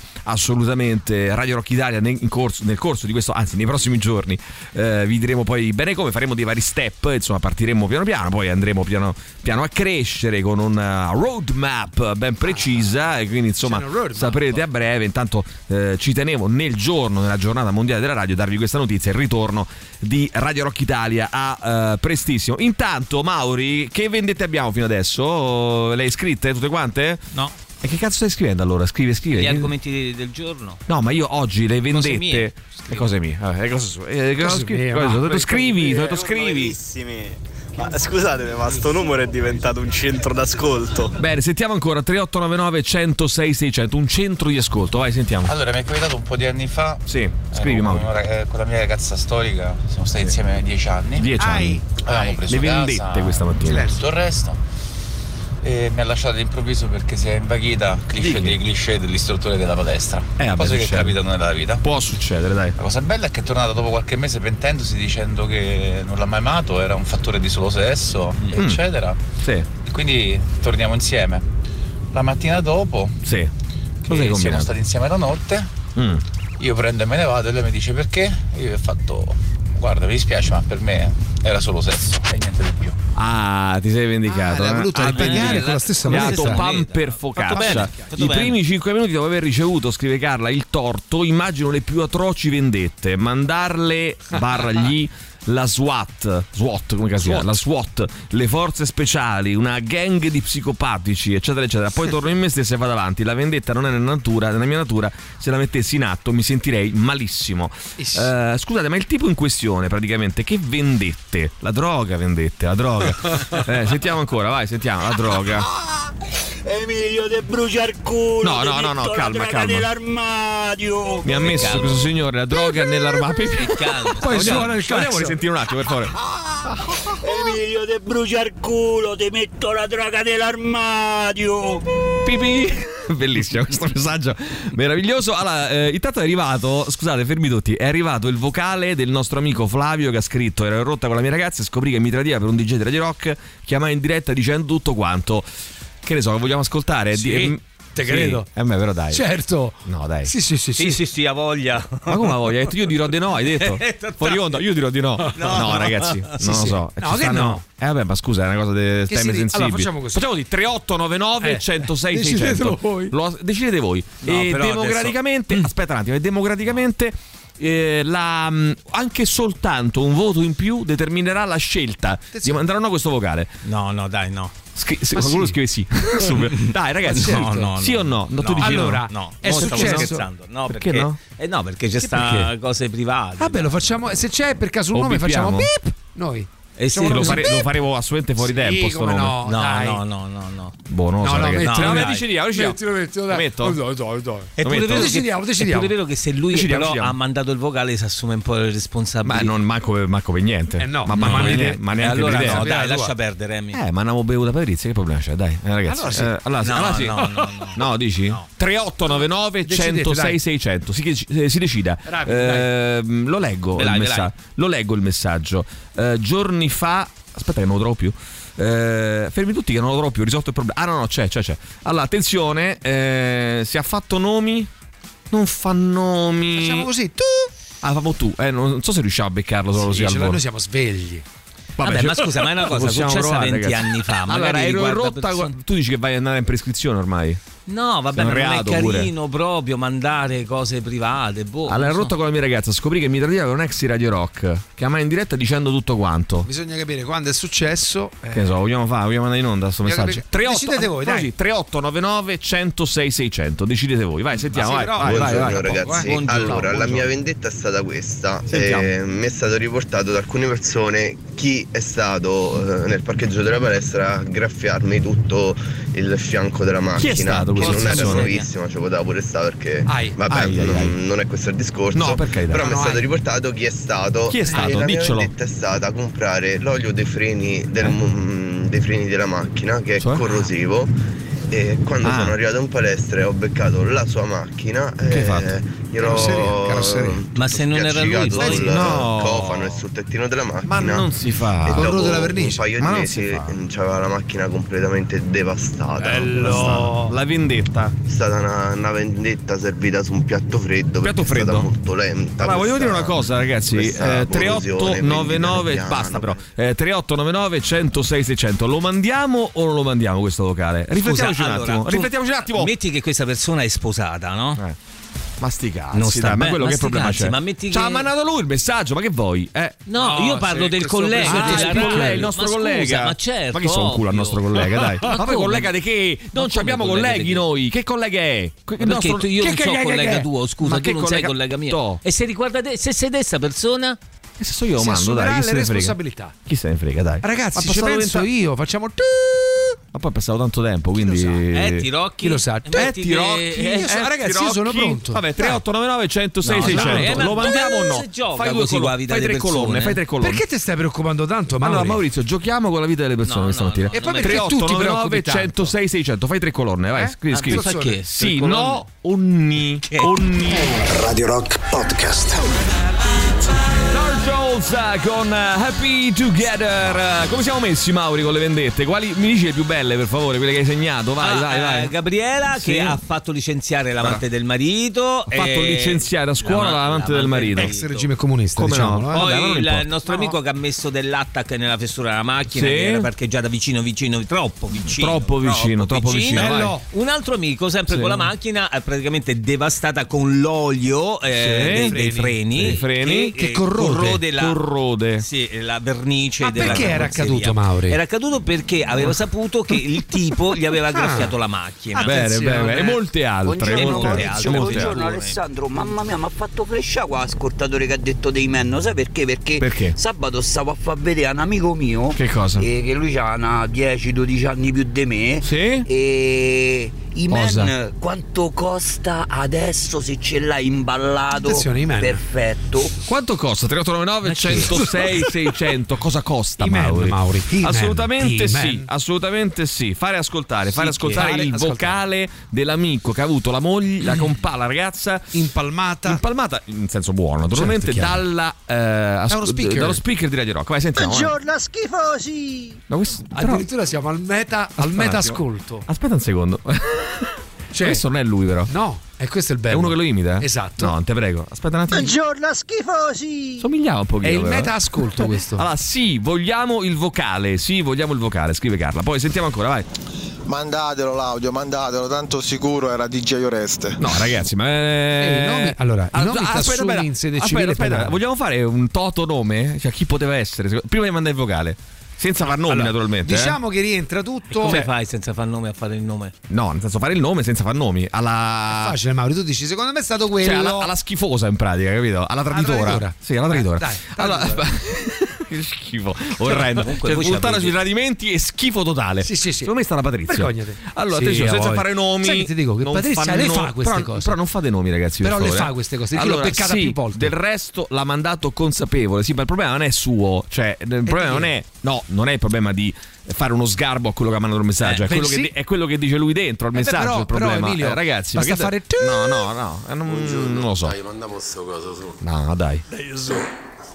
assolutamente Radio Rock Italia nel in corso, nel corso di questo, anzi nei prossimi giorni, eh, vi diremo poi bene come, faremo dei vari step, insomma partiremo piano piano, poi andremo piano piano a crescere con una roadmap ben precisa e quindi insomma saprete a breve, intanto eh, ci tenevo nel giorno, nella giornata mondiale della radio, darvi questa notizia, il ritorno di Radio Rock Italia a eh, prestissimo. Intanto Mauri, che vendette abbiamo fino adesso? Le hai scritte tutte quante?
No.
E che cazzo stai scrivendo allora? Scrive,
Gli
scrive. Che-
argomenti del giorno.
No, ma io oggi le vendette.
mie,
le cose mie. Vabbè, le cose sue. Eh, le cose
Cose
scrive-
mie,
cose-
ma
ho detto
perché-
scrivi, ho detto
erano
scrivi.
bravissimi. Eh, Ma scusatemi, ma sto numero è diventato un centro d'ascolto.
Bene, sentiamo ancora 3899 106 600, un centro di ascolto. Vai, sentiamo.
Allora, mi è capitato un po' di anni fa. eh,
Sì, scrivi,
con,
Mauro.
una rag- eh, con la mia ragazza storica, siamo stati insieme dieci anni.
Dieci anni.
Avevamo preso
Le
casa,
vendette questa mattina.
Tutto il resto. E mi ha lasciato all'improvviso perché si è invaghita cliché dei cliché dell'istruttore della palestra.
Eh, vabbè,
cosa che
succede.
capitano nella vita.
Può succedere, dai.
La cosa bella è che è tornata dopo qualche mese pentendosi dicendo che non l'ha mai amato, era un fattore di solo sesso,
Mm.
eccetera.
Sì.
Quindi torniamo insieme. La mattina dopo,
sì.
che
Cosa hai
siamo
combinato?
stati insieme la notte,
Mm.
io prendo e me ne vado e lei mi dice perché? E io gli ho fatto, guarda mi dispiace ma per me era solo sesso e niente di più.
Ah, ti sei vendicato.
Ah, l'ha
eh?
voluto
Ah,
ripagare
quindi
con la stessa
gli ha
moneta.
dato pan
moneta.
per
Fatto bene,
focaccia.
fatto
I
bene.
primi 5 minuti dopo aver ricevuto, scrive Carla, il torto, immagino le più atroci vendette. Mandarle barra gli. La SWAT, SWAT come cazzo si chiama? La SWAT, le forze speciali, una gang di psicopatici, eccetera, eccetera. Poi torno in me stessa e vado avanti. La vendetta non è nella, natura- nella mia natura, se la mettessi in atto mi sentirei malissimo. Eh, scusate, ma il tipo in questione, praticamente, che vendette? La droga vendette, la droga. Eh, sentiamo ancora, vai, sentiamo, la droga.
Emilio, te brucia il culo!
No,
ti
no, no, no,
metto la
calma,
droga
calma.
nell'armadio!
Mi ha messo questo signore la droga nell'armadio.
Poi suona il
Vogliamo
cazzo.
risentire un attimo, per favore.
Emilio, te brucia il culo! Ti metto la droga nell'armadio!
Pipì! Bellissimo questo messaggio, meraviglioso. Allora, eh, intanto è arrivato, scusate, fermi tutti, è arrivato il vocale del nostro amico Flavio che ha scritto, ero in rotta con la mia ragazza e scoprì che mi tradiva per un DJ di Radio Rock, chiamai in diretta dicendo tutto quanto. Che ne so, vogliamo ascoltare?
Sì,
Di- eh,
te
Sì,
credo.
Eh beh, però dai.
Certo.
No, dai.
sì. Sì, sì, sì, ha voglia.
Ma come la voglia? Hai detto io dirò di no, hai detto? Fuori onda, io dirò di no. No,
no.
ragazzi, non
Sì,
lo
sì.
so.
No,
Ci
che no?
Eh vabbè, ma scusa, è una cosa di
Che
temi
si di-
sensibili.
Allora, facciamo così.
Facciamo di 3899
Eh,
106
decidetelo
600.
voi.
Lo- decidete voi.
No,
e
però adesso- Mm.
democraticamente, aspetta un attimo, e democraticamente eh, la, mh, anche soltanto un voto in più determinerà la scelta di mandare o no questo vocale.
No, no, dai, no.
Scri- se
Ma
qualcuno
sì.
scrive sì. Subito. Dai ragazzi,
No,
sì.
no,
sì
no.
o no? No, tu dici
allora,
no.
no. Mo stavo scherzando. No, perché,
no?
Eh no, perché c'è
Che
sta
perché?
cose private.
Vabbè, lo facciamo. Se c'è per caso un
O
nome, facciamo
bippiamo?
beep noi.
Eh sì, lo, fare- lo faremo assolutamente fuori
Sì,
tempo. Sto
come
nome.
no, No, dai. no,
no, no. Boh, non lo so,
No, no,
ragazzi.
mettilo,
No,
dai.
decidiamo, decidiamo.
Mettilo, mettilo,
Lo
dai.
metto?
Oh, dai, dai, dai.
È pure,
Lo
vero che,
decidiamo,
è
decidiamo.
pure vero che se lui
Decidiamo,
però
decidiamo.
ha mandato il vocale si assume un po' le
Ma
responsabilità.
non manco, manco per niente.
Eh no,
ma,
no,
manco per
eh,
idea- ma neanche
allora
per idea.
no, dai, lascia perdere, Emi.
Eh, ma andiamo bevuta Patrizia, che problema c'è? Dai, eh, ragazzi.
Allora sì.
eh, allora sì.
No,
allora sì.
no, no,
No, dici? 3899
Decidete, dai.
106 600. Si, chi- eh, si decida.
Rapido,
Eh, lo leggo
Ve l'hai,
il
ve l'hai.
messaggio. Lo leggo il messaggio. Eh, giorni fa. Aspetta, che non lo trovo più. Eh, fermi tutti che non lo trovo più, ho risolto il problema. Ah no, no, c'è, c'è, c'è. Allora, attenzione, eh, se ha fatto nomi, non fa nomi.
Facciamo così, tu.
Ah, famo tu. Eh, non non so se riusciamo a beccarlo solo
Sì,
così al
ce l'ho-
volo.
noi siamo svegli.
Vabbè,
Vabbè, ma
cioè-
scusa, ma è una cosa
possiamo
successa
provare,
20
ragazzi.
anni fa, magari
Allora, ero in
riguarda
rotta.
persone-
qua- Tu dici che vai ad andare in prescrizione ormai.
No, vabbè,
È un
ma non è
reato pure.
carino proprio mandare cose private. Boh,
Allora, ero
non
in rotta con la mia ragazza. Scoprì che mi tradiva con un ex di Radio Rock. Chiamai in diretta dicendo tutto quanto.
Bisogna capire quando è successo. eh,
Che ne so, vogliamo fare? Vogliamo andare in onda questo
Vogliamo
messaggio?
capire-
38
Decidete voi,
facciamo
dai.
così, 3899 106 600. Decidete voi, vai, sentiamo.
Ma
vai,
sì, però-
vai, vai,
buongiorno
vai.
ragazzi.
Buongiorno,
allora, la
buongiorno.
mia vendetta è stata questa.
Sentiamo.
Eh, mi è stato riportato da alcune persone chi è stato eh, nel parcheggio della palestra a graffiarmi tutto il fianco della macchina.
è stato
che
questa
non era
persona?
nuovissima, ci poteva pure stare perché.
Ai,
vabbè,
ai, ai,
non,
ai.
non è questo il discorso.
No, per carità.
Però
No,
mi è
no,
stato
ai.
riportato chi è stato. Eh,
Chi è stato?
E "Ah, la
Diccelo. Eh?
mia vendetta è stata comprare l'olio dei freni, del- mm, dei freni della macchina che è corrosivo. E quando
Cioè? Ah.
sono arrivato in palestra e ho beccato la sua macchina,
Che hai
eh,
fatto?
Gliel'ho
Carrosseria, carrosseria.
tutto
Ma se non era lui,
spiaccicato
poi-
sul
No.
cofano e sul tettino della macchina.
non si fa.
E
Col
dopo
rodo della
un
vernice.
paio
Ma
di
non
mesi eh, c'aveva la macchina completamente devastata.
Bello.
Devastata.
La vendetta.
È stata una, una vendetta servita su un piatto freddo.
Piatto
perché È
freddo?
stata molto lenta.
Allora, voglio
questa-
dire una cosa, ragazzi.
questa
Eh,
corrosione, quindi piano
3899
piano.
basta, però. Eh, 3899 106 600. Lo mandiamo o non lo mandiamo questo vocale? Riflettiamoci
Scusa,
un attimo.
allora, tu-
riflettiamoci un attimo. Eh.
Metti che questa persona è sposata, no?
Ma sti cazzi,
Non sta
dai, ma
bene,
quello
ma
che
sti
problema
cazzi,
c'è?
ma metti
Ci ha
che-
mandato lui il messaggio, ma che vuoi? Eh.
No, io parlo del collega,
Ah,
della
il
radio.
collega, il nostro
Ma scusa,
collega.
ma certo,
Ma che sono un culo al nostro
ovvio.
collega, dai.
Ma
Ma, poi
come?
collega di che? Non ci abbiamo
collega di
colleghi
che?
noi. Che collega è?
Ma
Il
perché tu- io
che-
non
che-
sono
che- che-
collega
che-
tuo, scusa,
Ma
tu
che
non sei collega mio.
To.
E se riguarda te, se sei dessa persona,
e se so io lo mando, dai, chi se ne frega. Chi se ne frega, dai. Ha
Ragazzi, ci
passato
penso
venti-
io. Facciamo.
Ma poi è passato tanto tempo, quindi.
Eh, Tirocchi.
Chi lo sa?
Eh, metti
Eh,
che-
Tirocchi.
eh,
Io so-
eh,
ragazzi, io sono
Tirocchi.
pronto.
Vabbè,
Dai.
389 106
No,
600.
dai, eh,
Lo
ma-
mandiamo o
se
no?
gioca
Fai due
così con la
colonne,
vita
fai
delle
tre
persone,
colonne,
eh?
fai tre colonne.
Perché ti stai preoccupando tanto, Mauri?
Allora, Maurizio, giochiamo con la vita delle persone
No, no,
stamattina.
no, E poi non perché tu ti
3899
preoccupi tanto?
106 600, fai tre colonne, vai,
Eh?
scrivi,
Ah,
scrivi.
tre colonne. Perché?
Sì,
Tre colonne.
no, ogni, ogni.
Radio Rock Podcast.
Dark Jones eh, con eh, Happy Together. Eh, Come siamo messi, Mauri, con le vendette? Quali mi dici le più belle, per favore, quelle che hai segnato? Vai,
Ah,
vai,
eh,
vai.
Gabriela
Sì.
che ha fatto licenziare l'amante del marito.
Ha fatto licenziare a scuola l'amante del marito.
Ex regime comunista,
Come
diciamolo.
no?
eh.
diciamo. Poi
Vabbè, ma non
il
importa.
nostro amico che ha messo dell'attac nella fessura della macchina
Sì.
che era parcheggiata vicino, vicino, troppo vicino.
Troppo vicino, troppo vicino, vai.
Un altro amico, sempre
Sì.
con la macchina, eh, praticamente devastata con l'olio eh,
Sì.
dei, dei freni.
Dei freni.
eh,
Che corrode.
la,
Corrode.
sì, eh, la vernice
Ma
della
perché era
carrozzeria.
accaduto, Mauri?
Era accaduto perché aveva
Ah.
saputo che il tipo gli aveva graffiato la macchina. eh.
Bene, bene, bene. E molte altre.
Buongiorno,
molte
Maurizio,
altre, molte
buongiorno,
altre.
Alessandro, mamma mia, mi ha fatto frescia qua ascoltatore che ha detto dei men, lo sai perché? Perché,
Perché?
sabato stavo a far vedere a un amico mio
Che cosa?
eh, che lui ha 10-12 anni più di me e i
Cosa?
men quanto costa adesso se ce l'hai imballato
Attenzione, i men.
perfetto
Quanto costa? 3899 106 600 Cosa costa
I men,
Mauri?
Mauri, i men,
Assolutamente
i
sì,
men.
assolutamente sì. Fare ascoltare, fare
Sì,
ascoltare
fare
il
ascoltare.
vocale dell'amico che ha avuto la moglie, la compa, la ragazza
impalmata.
Impalmata in senso buono, naturalmente
Certo, chiaro.
dalla eh, asco-
Da uno speaker.
dallo speaker di Radio Rock. Vai, sentiamo. vai.
schifosi!
Ma questo- però-
Addirittura siamo al meta,
Aspetta
al
un
meta
attimo.
ascolto.
Aspetta un secondo.
Cioè-
questo non è lui, però.
No, e questo è il
È
bello.
uno che lo imita? eh?
Esatto.
No, non te prego. Aspetta un attimo.
Buongiorno schifosi!
Somigliava un pochino.
È il
però, eh.
meta ascolto questo.
Allora, sì, vogliamo il vocale. Sì, vogliamo il vocale. Scrive Carla. Poi sentiamo ancora, vai.
Mandatelo l'audio, mandatelo, tanto sicuro era DJ Oreste.
No, Ah, ragazzi, ma.
Eh, i nomi- allora, i
Ah,
nomi
aspetta,
t'assumi
aspetta,
in sede
aspetta,
civile
aspetta,
penale.
vogliamo fare un toto nome? Cioè, chi poteva essere? Secondo- Prima di mandare il vocale. Senza far nomi, naturalmente. eh.
Diciamo che rientra tutto.
Come
Cioè,
fai senza far nome a fare il nome?
No, nel senso fare il nome senza far nomi. Alla.
Facile, Mauri. Tu dici, secondo me è stato quello.
Cioè, alla, alla schifosa in pratica, capito? Alla traditora.
traditora.
Sì, alla traditora.
dai,
allora, che schifo. Orrendo.
Comunque
Cioè,
voi ci
puntata
avete-
sui tradimenti e schifo totale.
Sì, sì, sì.
Secondo me sta la Patrizia.
Vergognati.
Allora,
Sì,
attenzione,
a
senza
voglia.
fare nomi.
Sai che ti dico che
non
Patrizia
fanno
lei
nomi.
fa queste
però,
cose.
Però non fate nomi, ragazzi. per
Però le
favore,
fa
eh.
queste cose, io l'ho
Allora,
beccata
sì,
più volte.
Del resto l'ha mandato consapevole. Sì, ma il problema non è suo. Cioè,
Eh,
il problema non è. No, non è il problema di fare uno sgarbo a quello che ha mandato il messaggio.
Eh,
è, quello
sì.
che, è quello che dice lui dentro al
Eh beh,
messaggio.
però-
il problema.
però, Emilio,
Eh, ragazzi,
basta
ma che-
fare tu.
No, no, no. eh, Non, non lo so.
Dai, mandiamo sto coso su.
No, dai.
Dai, su.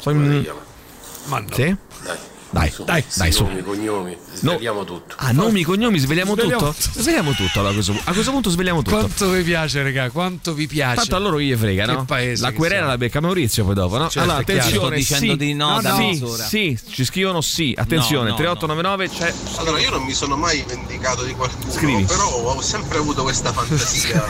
Sono
Ma no.
Sì?
Dai.
Dai,
Su,
dai,
sti
dai, su.
Nomi, cognomi, svegliamo tutto.
Ah, nomi, cognomi, svegliamo
Svegliamo
tutto? Svegliamo tutto allora, a questo, a questo punto svegliamo tutto.
Quanto vi piace, raga? Quanto vi piace?
Tanto a loro gli frega,
Che
no?
paese
la
che
querela
siamo.
la becca Maurizio poi dopo, no?
Certo,
allora,
è chiaro.
attenzione,
Sto dicendo
sì.
di no da
sì,
mezz'ora.
sì, ci scrivono sì. Attenzione,
No, no,
3899 c'è
Allora, io non mi sono mai vendicato di qualcuno,
Scrivi.
però ho sempre avuto questa fantasia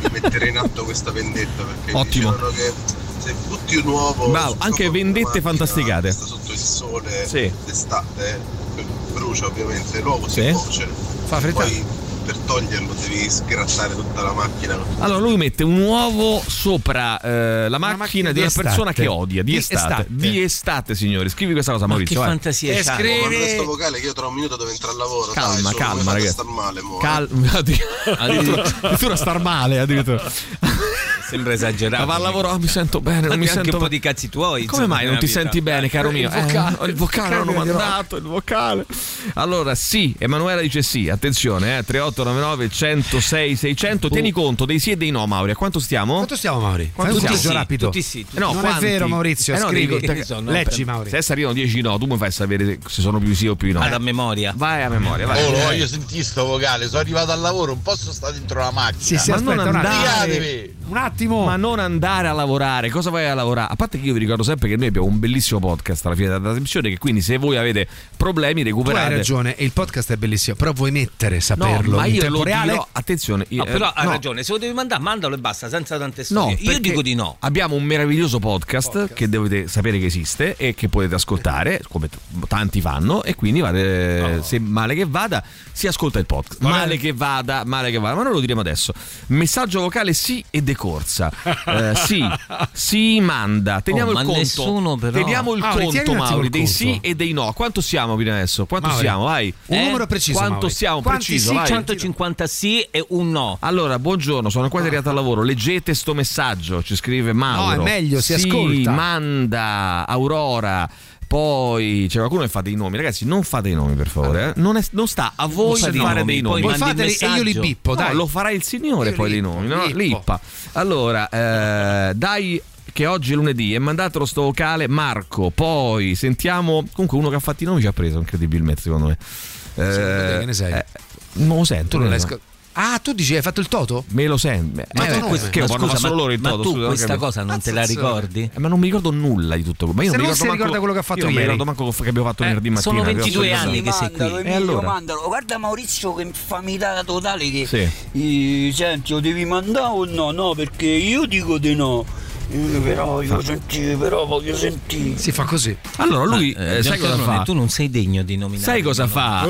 di mettere in atto questa vendetta perché
Ottimo.
dicevano che se butti un uovo
Bravo, anche vendette fantasticate.
sotto il sole
Sì.
d'estate, eh, brucia ovviamente, l'uovo
Sì.
si cuoce.
Fa frittare.
Poi per toglierlo devi sgrattare tutta la macchina.
Allora lui mette un uovo sopra eh, la macchina,
macchina
di una
di
persona
estate.
che odia, di,
Di
estate.
estate.
Di estate, signori. Scrivi questa cosa Maurizio, vai. Eh,
Eh,
Ma questo vocale che io tra un minuto devo entrare al lavoro. dai,
Calma,
su, come
calma,
fate a
ragazzi.
star male, mo, eh?
Calma, addi- addirittura, addirittura star male, addirittura.
Sembra esagerato.
Ma va al lavoro, ah, mi sento bene, non
anche
mi sento
un po'
bene.
di cazzi tuoi.
Come mai non ti senti bene, caro mio?
Il vocale.
Eh, il vocale l'hanno
Cambia di
mandato, il vocale. Allora, sì, Emanuela dice sì. Attenzione, eh, 3899 106 600. Tieni conto dei sì e dei no, Mauri. A quanto stiamo? Quanto
stiamo, Mauri?
Quanto
Tutti
siamo?
sì,
rapido.
tutti sì, tutti
Eh no,
sì. Non è
quanti?
vero, Maurizio,
Eh no,
scrivi.
dico,
Che sono, Leggi,
per-
Mauri.
Se adesso arrivano 10 no, tu mi fai sapere se sono più sì o più no.
Ah,
Vado a memoria.
Vai a memoria, vai.
Oh, lo
Eh.
voglio
sentire sto vocale, sono arrivato al lavoro, un posso stare dentro la macchina.
Sì, sì, Ma aspetta, non un attimo. andare.
Spiegatemi.
Un attimo.
Ma non andare a lavorare, cosa vai a lavorare? A parte che io vi ricordo sempre che noi abbiamo un bellissimo podcast alla fine della trasmissione, che quindi se voi avete problemi
Tu hai
recuperate.
ragione, e il podcast è bellissimo, però vuoi mettere,
No,
saperlo
ma
in
io
tempo
lo
reale?
dirò, attenzione, io,
No, però
eh,
ha
no.
ragione, se lo devi mandare, mandalo e basta, senza tante
No,
storie. Io
perché
dico di no.
Abbiamo un meraviglioso podcast, che dovete sapere che esiste e che potete ascoltare, come t- tanti fanno, e quindi vale- se male che vada, si ascolta il podcast. Male che vada, male che vada, ma noi lo diremo adesso. Messaggio vocale sì e decorsa. Eh, sì, si manda. Teniamo
Oh,
il
ma
conto.
nessuno però.
Teniamo il
Mauri, tieni
conto,
un attimo
Mauri,
il
dei
conto.
sì e dei no. Quanto siamo fino adesso? Quanto
Mauri,
siamo? Vai.
un
Eh?
numero preciso,
Quanto
Mauri.
siamo?
Quanti
preciso,
sì,
vai.
150 sì e un no.
Allora, buongiorno, sono
Ah.
quasi arrivato al lavoro. Leggete sto messaggio, ci scrive Mauro.
No, è meglio, si
Sì,
ascolta.
Manda, Aurora. Poi c'è qualcuno che fa dei nomi, ragazzi. Non fate i nomi, per favore. eh. Non, è- non sta a voi
fate
fare
i nomi,
dei
poi
nomi.
Voi mandi il fateli e io li messaggio. bippo,
No,
dai.
lo farà il signore poi dei nomi, no? Lippa. Allora, eh, dai. Che oggi è lunedì e mandatelo sto vocale Marco. Poi sentiamo. Comunque, uno che ha fatto i nomi ci ha preso incredibilmente, secondo me. Eh,
che ne sai?
eh, non lo sento.
Tu non
ne
l'hai
so.
sc- Ah, tu dici hai fatto il toto?
Me lo sento.
Ma tu questo-
che
ma
fanno
scusa,
solo
ma-
loro il
ma
toto,
tu
Eh, scusa,
questa
capito?
cosa non te la
Mazzazzone.
ricordi?
Eh, ma non mi ricordo nulla di tutto. Ma io
Se
non mi
non
ricordo
si
manco-
ricorda quello che ha fatto
io non
ieri.
mi ricordo manco quello che abbiamo fatto venerdì mattina.
sono
ragazzi,
22
scusate.
anni che sei qui.
E allora?
mandalo, guarda Maurizio che infamitata totale che...
Sì.
Eh, senti, lo devi mandare o no? No, perché io dico di no. Eh, però io senti, però voglio sentire.
Si fa così.
Allora lui,
Ma,
eh, sai cosa
Giancarlo,
fa?
Tu non sei degno di nominare. Eh?
Sai cosa fa?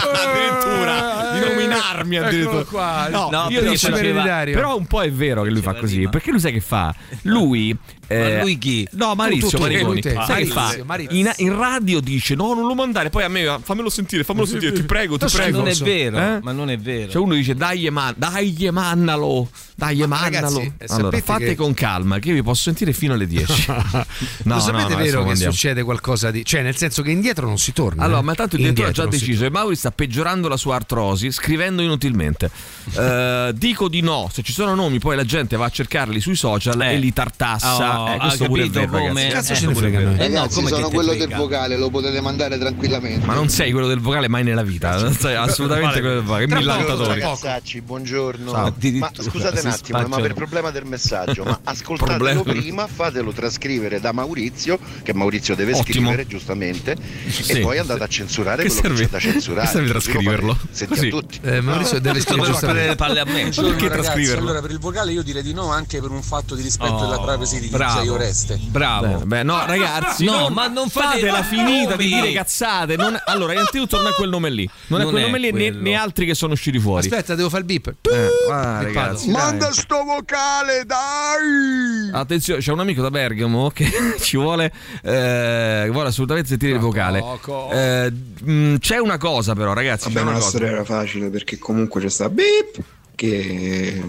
addirittura di nominarmi
eccolo
addirittura.
qua.
No,
No,
io
perché
non ci
faceva-
credo. Però un po' è vero che lui fa così, perché lui sai che fa? Lui eh,
lui chi?
No, Maurizio
Tu, tu, tu.
Mariconi.
Lui te.
Sai
Maurizio,
che fa?
Maurizio.
In, in radio dice "No, non lo mandare". Poi a me fammelo sentire, fammelo sentire, ti prego, ti
Ma
prego.
Non è vero,
Eh?
ma non è vero.
Cioè uno dice dai man- dai mannalo, dai mannalo.
ragazzi, eh,
allora,
sapete
fate
che-
con calma che io vi posso sentire fino alle 10. no,
lo
no,
sapete
no, adesso
vero che
mandiamo.
succede qualcosa di. Cioè, nel senso che indietro non si torna.
Allora,
eh?
ma tanto il direttore ha
Indietro
già
non si
deciso e Mauri sta peggiorando la sua artrosi scrivendo inutilmente. Eh, dico di no, se ci sono nomi poi la gente va a cercarli sui social e li tartassa.
Oh,
Eh, questo
ha
pure è
capito
vero,
come?
ragazzi.
Cazzo
Eh,
ce ne
pure è
frega
vero.
noi. Eh, no,
Ragazzi,
come
sono
che te
quello
frega?
del vocale, lo potete mandare tranquillamente.
Ma non sei quello del vocale mai nella vita, non sei assolutamente quello del vocale, che millantatori.
Ragazzi, buongiorno.
Ciao.
Ma
Addirittura,
scusate
si
un attimo, ma
spacciano.
per problema del messaggio, ma ascoltatelo
Problema.
prima, fatelo trascrivere da Maurizio, che Maurizio deve
Ottimo.
scrivere giustamente,
Sì.
e poi andate a censurare
Che
quello
serve-
che c'è da censurare.
che serve
Così lo
trascriverlo?
fate sentire
Così.
a tutti.
Eh, Maurizio deve scrivere giustamente.
Buongiorno,
Perché
ragazzi.
trascriverlo?
Allora, per il vocale io direi di no anche per un fatto di rispetto
Oh,
della privacy di
bravo.
DJ Oreste.
Bravo. Beh, no, ragazzi,
No,
non-
ma non fate-
fatela
ma
finita
nomi!
di dire cazzate. non- Allora, innanzitutto non è quel nome lì. Non, è
Non
quel
è
nome lì né,
quello. Eh,
né altri che sono usciti fuori.
Aspetta, devo fare il beep.
Eh, ah,
Bippato.
ragazzi, dai.
sto vocale, dai!
Attenzione, c'è un amico da Bergamo che ci vuole, eh, vuole assolutamente sentire il vocale. Eh, mh, c'è una cosa però, ragazzi.
Vabbè,
c'è
ma la
una cosa.
storia era facile perché comunque c'è sta beep che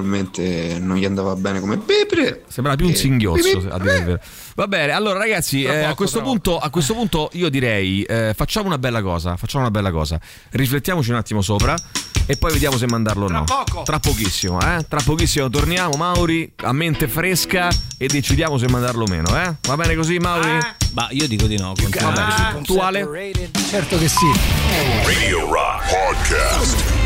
naturalmente non gli andava bene come beep.
Sembrava più un singhiozzo, a dire il vero. Va bene, allora ragazzi, eh, a, questo punto, a questo punto io direi eh, facciamo una bella cosa, facciamo una bella cosa. Riflettiamoci un attimo sopra e poi vediamo se mandarlo o no. Tra pochissimo, eh? Tra pochissimo torniamo, Mauri, a mente fresca e decidiamo se mandarlo o meno, eh? Va bene così, Mauri?
Eh.
Ma io dico di no, Ah.
Vabbè, puntuale?
Certo che sì.
Radio Rock Podcast.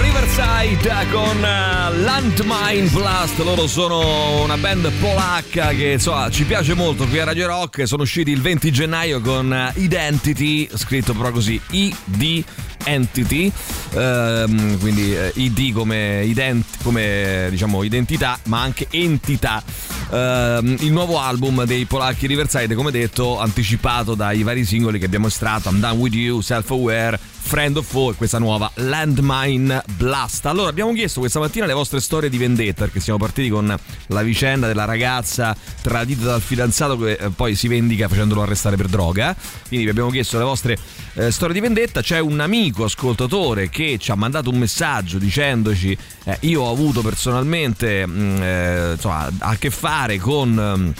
Riverside con eh, Landmine Blast, loro sono una band polacca che insomma ci piace molto qui a Radio Rock, sono usciti il 20 gennaio con eh, Identity, scritto però così ID Entity, ehm, quindi eh, ID come, ident- come, diciamo, identità ma anche entità. Ehm, il nuovo album dei polacchi Riverside, come detto, anticipato dai vari singoli che abbiamo estratto, I'm Done With You, Self Aware, Friend of Four, questa nuova Landmine Blast. Allora, abbiamo chiesto questa mattina le vostre storie di vendetta, perché siamo partiti con la vicenda della ragazza tradita dal fidanzato che eh, poi si vendica facendolo arrestare per droga. Quindi vi abbiamo chiesto le vostre eh, storie di vendetta. C'è un amico ascoltatore che ci ha mandato un messaggio dicendoci eh, io ho avuto personalmente mh, eh, insomma, a che fare con ehm,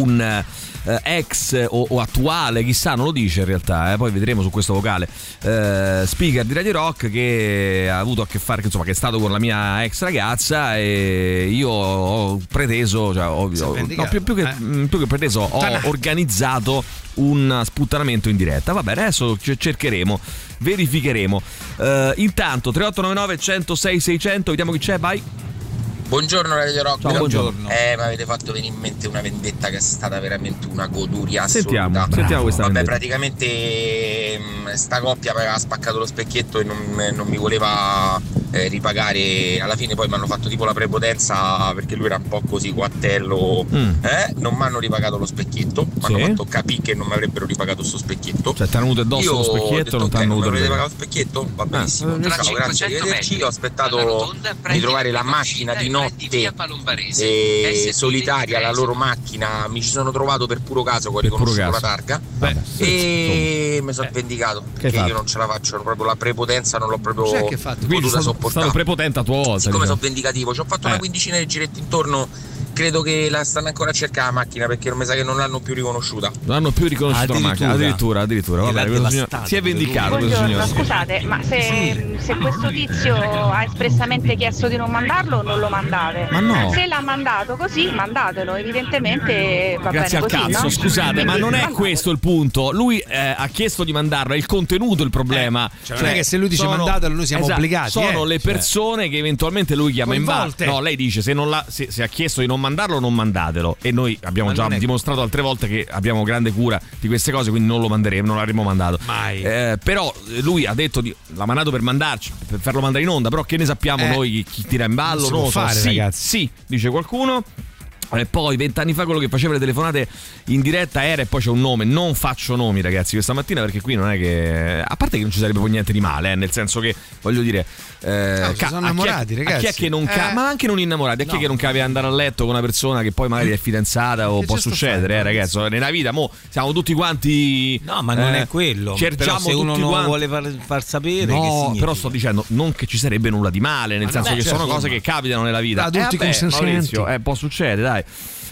un eh, ex o, o attuale, chissà, non lo dice in realtà, eh, poi vedremo su questo vocale, eh, speaker di Radio Rock che ha avuto a che fare, insomma, che è stato con la mia ex ragazza e io ho preteso, cioè, ho- ho-
vendicato,
no, più, più che, mm, più che preteso, ho
Puttanato.
organizzato un sputtanamento in diretta. Va bene, adesso ce- cercheremo, verificheremo. Eh, intanto 3899 106 600, vediamo chi c'è, vai.
Buongiorno Radio Rock.
Ciao, buongiorno.
Eh, mi avete fatto venire in mente una vendetta che è stata veramente una goduria assoluta.
Sentiamo, sentiamo questa
Vabbè,
vendetta.
praticamente mh, sta coppia mi aveva spaccato lo specchietto e non, non mi voleva eh, ripagare. Alla fine poi mi hanno fatto tipo la prepotenza perché lui era un po' così guattello.
Mm.
Eh? Non mi hanno ripagato lo specchietto, mi hanno
Sì.
fatto capire che non mi avrebbero ripagato sto specchietto.
Cioè, ti hanno venuto addosso
Io
lo
ho
specchietto,
detto,
non ti
"Ok,
hanno
non mi avete
venuto
pagato
addosso".
lo specchietto? Va benissimo.
eh,
Ciao, grazie,
500
arrivederci. Ho aspettato di trovare la macchina di notte e solitaria, la loro macchina. Mi ci sono trovato per puro caso, ho riconosciuto
puro
la
caso.
targa.
Beh,
e mi sono vendicato perché
Eh. fatto?
io non ce la faccio, ero proprio la prepotenza non l'ho proprio
Cos'è che hai fatto? Quindi
potuta
è stato, è stato
sopportare.
prepotente a tua volta.
Siccome
diciamo.
sono vendicativo, ci ho fatto
Eh.
una quindicina di giretti intorno. Credo che la stanno ancora a cercare la macchina perché non mi sa che non l'hanno più riconosciuta.
Non hanno più riconosciuto la macchina. Addirittura,
Addirittura.
addirittura.
E l'ha
Vabbè, questo signor-
devastata,
si è vendicato questo
Buongiorno,
signore.
scusate, ma se, se questo tizio ha espressamente chiesto di non mandarlo, non lo mandate.
Ma no.
Se l'ha mandato così, mandatelo, evidentemente va
Grazie
bene
al
così,
cazzo,
no?
scusate, ma
Quindi
non è
mandate.
questo il punto. Lui eh, ha chiesto di mandarlo, è il contenuto il problema. Esatto,
cioè, non è che se lui dice mandatelo, noi siamo obbligati,
Sono
eh.
le
Cioè.
persone che eventualmente lui chiama in bar.
Coinvolte.
No, lei dice: se, non l'ha- se- se ha chiesto di non mandarlo, non mandatelo. E noi abbiamo
Ma
già
non è-
dimostrato altre volte che abbiamo grande cura di queste cose, quindi non lo manderemo, non l'avremmo mandato. Mai. però eh, lui ha detto di l'ha mandato per mandarci, per farlo mandare in onda. Però che ne sappiamo
Eh.
noi chi- chi tira in ballo?
Non si
non lo
può
so.
fare,
sì,
ragazzi.
sì, dice qualcuno. E poi vent'anni fa quello che faceva le telefonate in diretta era e poi c'è un nome, non faccio nomi ragazzi questa mattina perché qui non è che... A parte che non ci sarebbe poi niente di male, eh, nel senso che voglio dire... eh,
si sono
a chi è-
innamorati,
a chi è,
ragazzi.
che non ca-
Eh.
Ma anche non innamorati, a chi è
No.
che non cave andare a letto con una persona che poi magari è fidanzata o
Che certo
può
gesto
succedere eh,
fai,
ragazzi? Nella vita mo siamo tutti quanti...
No, ma non
eh,
è quello.
Cerchiamo
Però se uno
tutti
non
quanti-
vuole far, far sapere che
No,
significa.
però sto dicendo non che ci sarebbe nulla di male, nel
Ma
senso
no,
che
certo,
sono cose
ma-
che capitano nella vita.
Da adulti
eh, vabbè,
consensenti.
Maurizio, eh, può succedere, dai.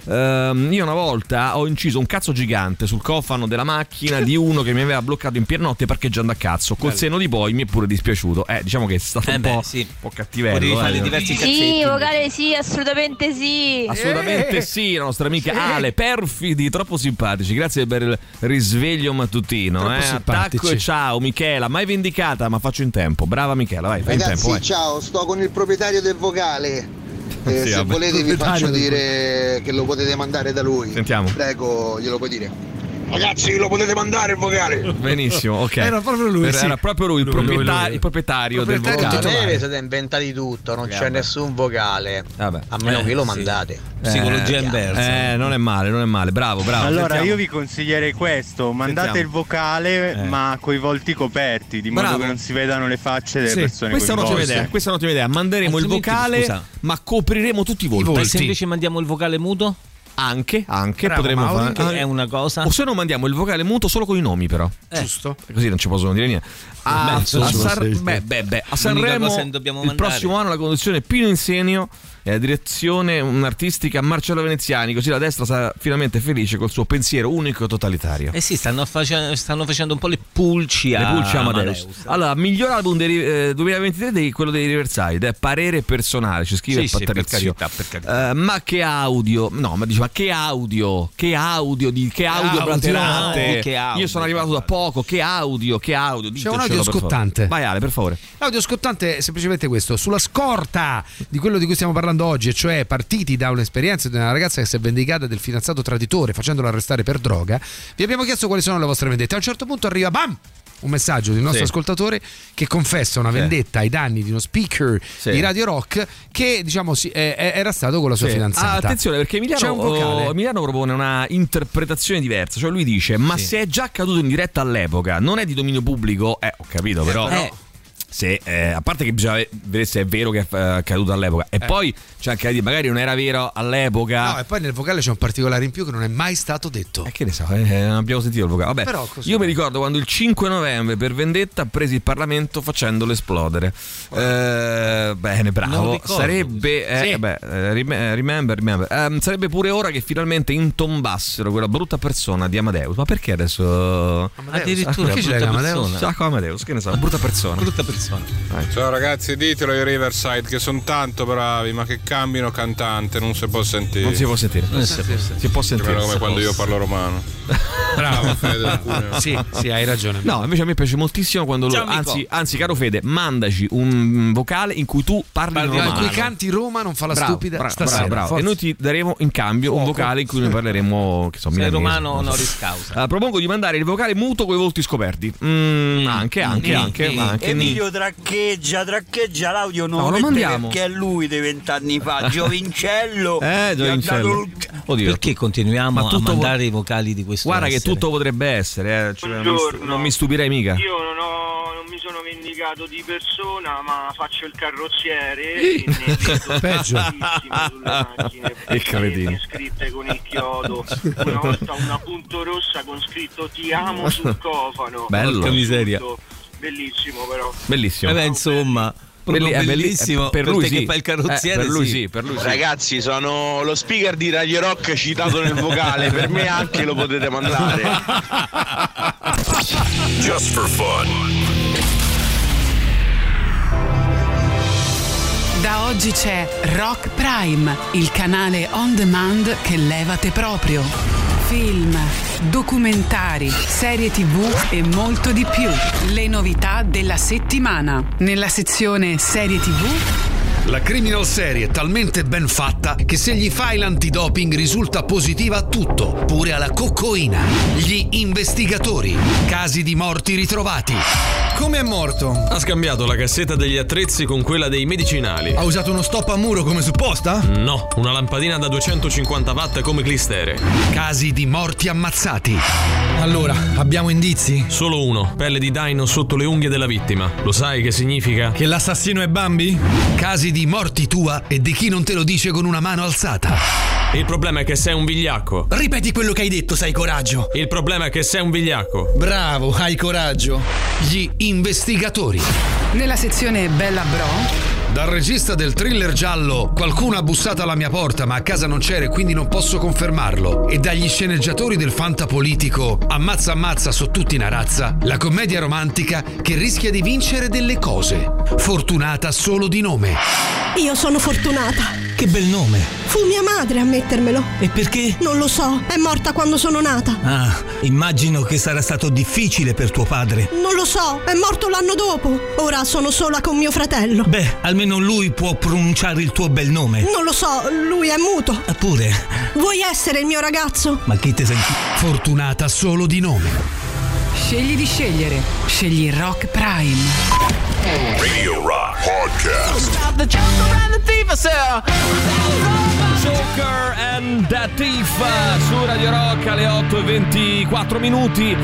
Ehm, io una volta ho inciso un cazzo gigante sul cofano della macchina di uno che mi aveva bloccato in piernotte parcheggiando a cazzo. Col
Bello.
seno di poi mi è pure dispiaciuto. Eh, diciamo che è stato un, po', un po' cattivello.
Potevi fare
eh.
diversi
Sì, vocale sì, assolutamente sì.
Assolutamente sì, la nostra amica Ale, perfidi, troppo simpatici. Grazie per il risveglio mattutino.
Troppo
Eh.
simpatici.
Attacco e ciao, Michela, mai vendicata, ma faccio in tempo. Brava Michela, vai, fai in tempo. eh.
Ragazzi,
vai.
ciao, sto con il proprietario del vocale. Eh,
Sì,
se
vabbè.
volete vi faccio
Proprietario del
dire che lo potete mandare da lui.
Sentiamo.
Prego, glielo puoi dire. Ragazzi, lo potete mandare il vocale.
Benissimo, ok.
Era proprio lui,
Era
sì.
proprio lui, il,
Lui,
proprietà-
lui, lui.
il proprietario del
Secondo me vi
vocale.
siete inventati tutto, non c'è
Vabbè.
nessun vocale.
Vabbè.
A meno
Eh,
che lo
sì.
mandate.
Eh, Eh, non è male, non è male. Bravo, bravo.
allora
Sentiamo.
io vi consiglierei questo, mandate
Sentiamo.
il vocale
Eh.
ma coi volti coperti, di modo
Bravo.
che non si vedano le facce delle
Sì,
persone.
questa è un'ottima
coinvolte.
idea, questa è un'ottima idea. Manderemo il
Altrimenti,
vocale,
scusa.
ma copriremo tutti i volti.
E se invece mandiamo il vocale muto?
Anche, anche
Bravo,
potremmo
Mauri,
fare
che è una cosa.
O se no mandiamo il vocale muto solo con i nomi, però.
Giusto.
Così non ci possono dire niente. A,
Beh,
a
insomma,
San-
sì, sì.
beh, beh, beh, a
L'unica
Sanremo
cosa che
il
dobbiamo mandare.
prossimo anno la conduzione Pino Insenio e la direzione artistica Marcello Veneziani, così la destra sarà finalmente felice col suo pensiero unico e totalitario.
Eh sì, stanno, face- stanno facendo un po' le pulci a
Le pulce Amadeus.
Amadeus.
Allora, miglior album del 2023 di quello dei Riverside, è parere personale, ci scrive
Sì, sì, per
Patrizio.
carità, per
Eh, ma che audio? No, ma dice ma che audio? Che audio di che audio
audio,
blaterate?
no, che audio.
Io sono arrivato da poco, che audio, che
C'è
audio?
un
Ditecelo,
audio
per favore.
scottante.
Vai Ale, per favore.
L'audio scottante è semplicemente questo, sulla scorta di quello di cui stiamo parlando oggi, e cioè partiti da un'esperienza di una ragazza che si è vendicata del fidanzato traditore facendolo arrestare per droga, vi abbiamo chiesto quali sono le vostre vendette. A un certo punto arriva bam! Un messaggio del nostro
Sì.
ascoltatore che confessa una vendetta ai danni di uno speaker di Radio Rock che diciamo si- eh, eh, era stato con la sua
Sì.
fidanzata.
Ah, attenzione perché
C'è
Emiliano,
un vocale.
oh, Emiliano propone una interpretazione diversa, cioè lui dice ma se è già accaduto in diretta all'epoca, non è di dominio pubblico, eh ho capito però...
però-
Se, eh, a parte che bisogna vedere se è vero che è eh, accaduto all'epoca, e
Eh.
poi c'è anche da dire, magari non era vero all'epoca.
No, e poi nel vocale c'è un particolare in più che non è mai stato detto.
E che ne so, eh, non abbiamo sentito il vocale. Vabbè,
Però così.
io mi ricordo quando il 5 novembre per vendetta presi il Parlamento facendolo esplodere. Eh, bene,
Non
bravo.
ricordo
Sarebbe, eh, beh, eh, rim- eh, remember, remember. Ehm, sarebbe pure ora che finalmente intombassero quella brutta persona di Amadeus. Ma perché adesso?
Addirittura, perché ce l'hai
brutta
Amadeus?
persona? Sacco Amadeus, che ne so, brutta persona.
Brutta persona.
Ciao ragazzi, ditelo ai Riverside che sono tanto bravi, ma che cambino cantante, non si può sentire.
Non si può sentire. Non si può sentire. Si può sentire.
Almeno come
Si può
quando io
sentire.
parlo romano. Bravo, Fede. Cuneo.
Sì, sì, hai ragione.
No, invece a me piace moltissimo quando
Ciao,
loro.
amico.
Anzi, anzi, caro Fede, mandaci un vocale in cui tu parli
Parli
normale.
in cui canti Roma non fa la
Bravo,
stupida
bra-
stasera.
bravo, bravo.
Forza.
E noi ti daremo in cambio un vocale in cui noi parleremo. Che so,
Se è
milanese,
romano
non so.
honoris causa.
Allora, propongo di mandare il vocale muto con i volti scoperti. Mm, anche, anche,
Mm,
anche,
mm,
anche.
Emilio traccheggia, traccheggia l'audio non
No, lo
mette
mandiamo.
perché è lui dei vent'anni fa, Giovincello.
Eh,
gli ha
Giovincello.
dato l-
Oddio.
Perché continuiamo
Ma
a
tutto
mandare i vocali di questo
Guarda
essere?
che tutto potrebbe essere, eh. Cioè, non, mi stu- non mi stupirei mica.
Io non, ho- non mi sono vendicato di persona, ma faccio il carrozziere e
Sì.
ne vedo
Peggio.
tantissime sulle macchine
Che cretino.
scritte con il chiodo. Una volta una punto rossa con scritto ti amo sul cofano.
Bello. Porca miseria.
Bellissimo però.
Bellissimo.
Vabbè, Eh insomma, proprio
Belli- è belli-
bellissimo
è per lui
te
sì.
che fai il carrozziere.
Eh, per lui sì, per lui sì.
Ragazzi, sono lo speaker di Radio Rock citato nel vocale, per me E anche lo potete mandare.
Just for fun.
Da oggi c'è Rock Prime, il canale on demand che levate proprio. Film, documentari, serie tv e molto di più. Le novità della settimana. Nella sezione serie tv
La criminal serie è talmente ben fatta che se gli fai l'antidoping risulta positiva a tutto, pure alla coccoina. Gli investigatori, casi di morti ritrovati. Come è morto?
Ha scambiato la cassetta degli attrezzi con quella dei medicinali.
Ha usato uno stop a muro come supposta?
No, una lampadina da 250 watt come clistere.
Casi di morti ammazzati.
Allora, abbiamo indizi? Solo uno, pelle di daino sotto le unghie della vittima. Lo sai che significa? Che l'assassino è Bambi?
Casi di morti tua e di chi non te lo dice con una mano alzata.
Il problema è che sei un vigliacco.
Ripeti quello che hai detto, sai coraggio.
Il problema è che sei un vigliacco.
Bravo, hai coraggio. Gli investigatori.
Nella sezione Bella Bro.
Dal regista del thriller giallo Qualcuno ha bussato alla mia porta ma a casa non c'era e quindi non posso confermarlo e dagli sceneggiatori del fantapolitico Ammazza ammazza so tutti una razza la commedia romantica che rischia di vincere delle cose fortunata solo di nome
Io sono fortunata.
Che bel nome!
Fu mia madre a mettermelo.
E perché?
Non lo so, è morta quando sono nata.
Ah, immagino che sarà stato difficile per tuo padre.
Non lo so, è morto l'anno dopo. Ora sono sola con mio fratello.
Beh, almeno lui può pronunciare il tuo bel nome.
Non lo so, lui è muto.
Ah. Eppure,
Vuoi essere il mio ragazzo?
ma chi te senti? Fortunata solo di nome.
Scegli di scegliere. Scegli Rock Prime.
Radio Rock Podcast.
The Joker and the Thief, sir.
Joker and the Thief su Radio Rock alle 8 e 24 minuti.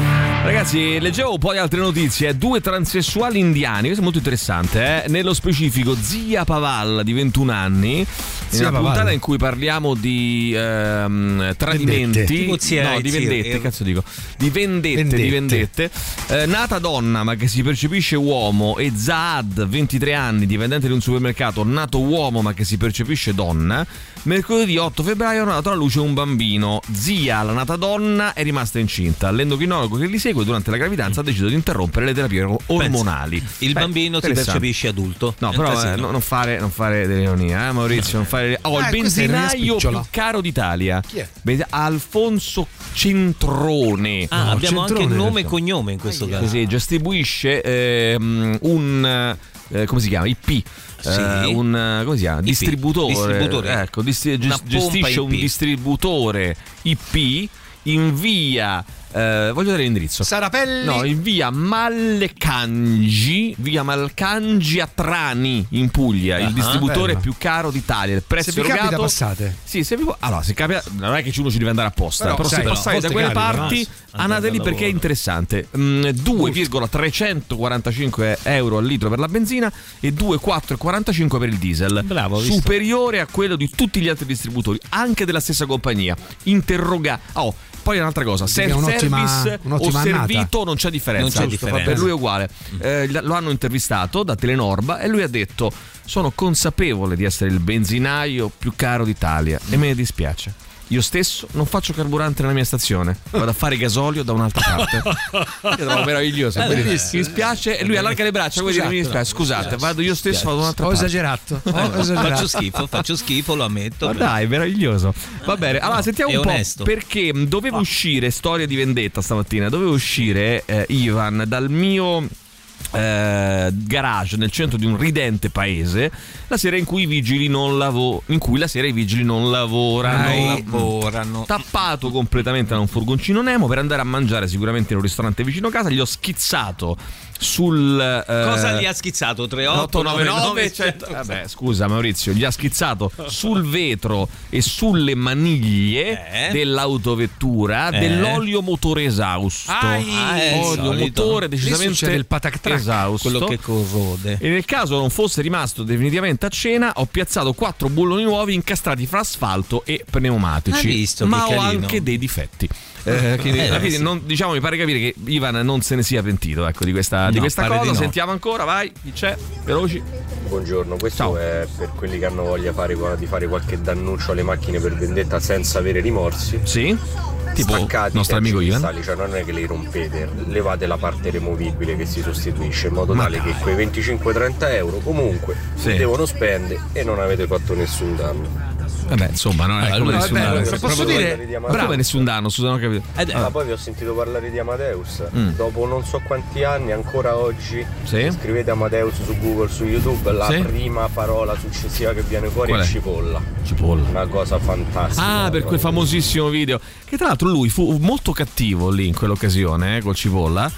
Ragazzi, leggevo poi altre notizie. Due transessuali indiani, questo è molto interessante. eh. Nello specifico, zia Pavalla di 21 anni.
Zia
in una
Pavalla.
puntata in cui parliamo di ehm, tradimenti,
Vendette. Tipo zia-
no, di
zia-
vendette,
eh,
cazzo dico, di vendette, di vendette. Eh, nata donna ma che si percepisce uomo e Zaad, 23 anni, dipendente di un supermercato, nato uomo ma che si percepisce donna, mercoledì 8 febbraio è nato alla luce un bambino. Zia, la nata donna, è rimasta incinta. L'endocrinologo che li segue durante la gravidanza ha deciso di interrompere le terapie ormonali.
Il
Beh,
bambino ti
interessante.
percepisce adulto. È
No,
un
però eh,
casino.
no- non, fare, non fare delle ironie, eh, Maurizio. Non fare... Oh, il
Eh, questa è ironia
benzinaio
spicciola.
più caro d'Italia.
Chi è?
Benzi- Alfonso Centrone.
Ah, abbiamo anche
Centrone,
nome e
perché-
cognome in questo caso.
Sì, sì, distribuisce ehm, un. eh, come si chiama? IP. eh,
Sì.
un eh, come si chiama?
IP.
Distributore,
Distributore.
Ecco, distri-
Una
ges-
pompa
gestisce un
IP.
distributore IP in via eh, voglio dare l'indirizzo
Sarapelli
no in via Malcangi via Malcangi a Trani in Puglia
Ah,
il distributore
bello.
più caro d'Italia il prezzo
Se vi
erogato
capita, passate.
sì se vi può- allora se capita non è che uno ci deve andare apposta
Però,
però,
sai,
se
però,
passate da
apposta
quelle
capita,
parti
no?
andate lì
Andate al
perché è interessante Mm, 2,345 euro al litro per la benzina e 2,445 per il diesel
Bravo, ho visto.
superiore a quello di tutti gli altri distributori anche della stessa compagnia interroga oh poi un'altra cosa
Quindi
self
è un'ottima-
service o
un'ottima annata.
servito non c'è differenza
Non c'è
Giusto,
differenza.
per lui è uguale Eh, l- lo hanno intervistato da Telenorba e lui ha detto sono consapevole di essere il benzinaio più caro d'Italia e me ne dispiace io stesso non faccio carburante nella mia stazione, vado a fare gasolio da un'altra parte. Io trovo meraviglioso.
Eh,
quindi Mi
bellissimo.
dispiace, e lui allarga le braccia, così mi dispiace. Scusate, vado io stesso, vado da un'altra
Ho
parte.
esagerato. Ho
Eh,
esagerato.
faccio schifo, faccio schifo, lo ammetto.
Ma dai, meraviglioso. Va bene, allora sentiamo
Eh, è
un po'
onesto.
perché dovevo uscire, storia di vendetta stamattina, dovevo uscire eh, Ivan dal mio... eh, garage nel centro di un ridente paese la sera in cui i vigili non lavorano in cui la sera i vigili non lavorano
Non lavorano.
tappato completamente da un furgoncino Nemo per andare a mangiare sicuramente in un ristorante vicino casa gli ho schizzato sul eh,
Cosa gli ha schizzato?
899
3899
100. Vabbè, scusa Maurizio, gli ha schizzato sul vetro e sulle maniglie
Eh.
dell'autovettura
Eh.
dell'olio motore esausto.
Ai, eh, il
olio
solito.
motore
Lì
decisamente
succede il patac trac,
esausto.
quello che corrode.
E nel caso non fosse rimasto definitivamente a cena, ho piazzato quattro bulloni nuovi incastrati fra asfalto e pneumatici.
Hai visto, che
ma ho
carino.
anche dei difetti. Eh, quindi,
Eh,
alla fine
sì.
non- diciamo, mi pare capire che Ivan non se ne sia pentito ecco, di questa, di
No,
questa
pare di
cosa.
no.
Sentiamo ancora, vai, chi c'è? Eh, Veloci.
Buongiorno, questo è per quelli che hanno voglia fare- di fare qualche dannuccio alle macchine per vendetta senza avere rimorsi.
Sì. Tipo
Staccate
nostro
i
amico
terzi
Ivan.
cristalli, Cioè non è che li rompete, levate la parte removibile che si sostituisce in modo
Ma
tale che quei 25-30 euro comunque
Sì.
si devono spendere e non avete fatto nessun danno.
Vabbè, Eh insomma, non è
Allora,
come
no, è
nessun
bello,
danno.
se posso
Proprio-
dire,
ma
bravo.
come nessun danno, scusa, non ho capito.
Ma
Eh,
Ah.
poi vi ho sentito parlare di Amadeus.
Mm.
Dopo non so quanti anni, ancora oggi,
Sì.
scrivete Amadeus su Google, su YouTube, la
Sì.
prima parola successiva che viene fuori
Qual
è
è?
cipolla.
Cipolla.
Una cosa fantastica.
Ah, per quel famosissimo video. Che tra l'altro lui fu molto cattivo lì in quell'occasione, eh, col Cipolla.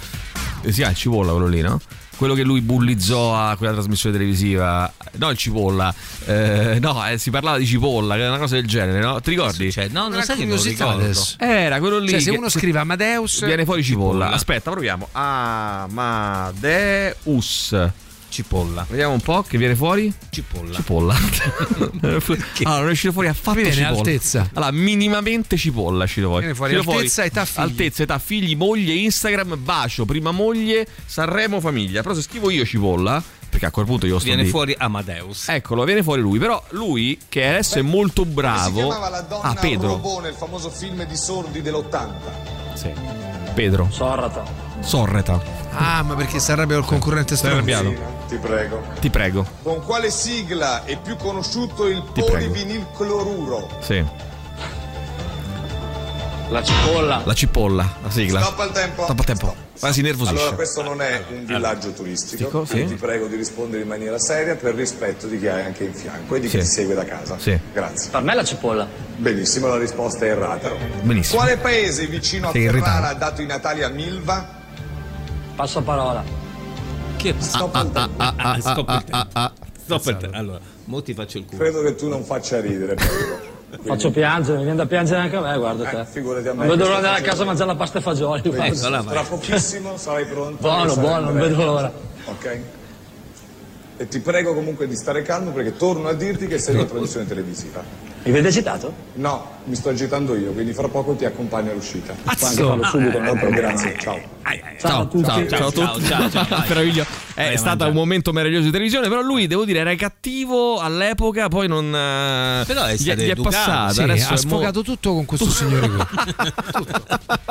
Eh, sì, ah, il Cipolla quello lì, no? Quello che lui bullizzò a quella trasmissione televisiva. No, il Cipolla. Eh, no, eh, si parlava di Cipolla, che era una cosa del genere, no? Ti ricordi? Eh,
no, non
Una
sai che non lo
curiosità
ricordo.
adesso.
Era quello lì
Cioè, se
che-
uno scrive Amadeus,
Viene fuori cipolla. Aspetta, proviamo. Ah, Amadeus. Cipolla. Vediamo un po' che viene fuori. Cipolla. Cipolla. allora, non uscire fuori affatto
Mi viene
cipolla.
altezza.
Allora, minimamente cipolla uscire fuori.
Viene fuori
Uscire
altezza, età, figli.
Altezza, età, figli, moglie, Instagram, bacio, prima moglie, Sanremo, famiglia. Però se scrivo io cipolla, perché a quel punto io sto
Viene
lì.
fuori Amadeus.
Eccolo, viene fuori lui. Però lui, che adesso è molto
Si
bravo.
chiamava la donna
ah, Pedro.
robot nel famoso film di sordi dell'80.
Sì. Pedro.
Sorrata.
Sorreta.
Ah, ma perché sarebbe il concorrente stronzo.
arrabbiato.
Ti prego.
Ti prego.
Con quale sigla è più conosciuto il
Ti prego.
polivinilcloruro?
Sì.
La cipolla.
La cipolla, la sigla.
Stop al tempo.
Stop al tempo. Quasi nervosisce.
Allora, questo non è un villaggio turistico.
Dico, sì.
Ti prego di rispondere in maniera seria per rispetto di chi hai anche in fianco e di chi
Sì.
ti segue da casa.
Sì.
Grazie. Per me la cipolla. Benissimo, la risposta è errata.
Benissimo.
Quale paese vicino a
Sei in
Ferrara
ritardo.
ha dato i Natali a Milva? Passo parola. Che Stop al tempo.
Ah, ah,
Ah,
stop
ah,
il tempo.
ah, ah.
Stop il tempo. Allora, mo ti faccio il culo.
Credo che tu non faccia ridere.
Faccio piangere, mi viene da piangere anche a me, guarda te.
figurati a me
non vedo
che
l'ora di
sto
andare a casa a
facendo-
mangiare la pasta e fagioli. guarda.
Ecco,
Tra pochissimo sarai pronto.
Buono,
e sarai
buono, non
in diretta.
vedo l'ora.
Ok. E ti prego comunque di stare calmo perché torno a dirti che sei una produzione televisiva.
Mi avete citato?
No, mi sto agitando io, quindi fra poco ti accompagno all'uscita.
Azzo!
Puoi anche farlo subito, non è un problema.
Ah,
grazie, ciao.
Ciao, ciao, ciao, a tutti. Meraviglio. È stato un momento meraviglioso di televisione, però lui, devo dire, era cattivo all'epoca, poi non... eh,
Però è
gli,
stato
gli è
educato.
passata.
Sì,
adesso
ha
è mo-
sfogato tutto con questo signore qui. Tutto.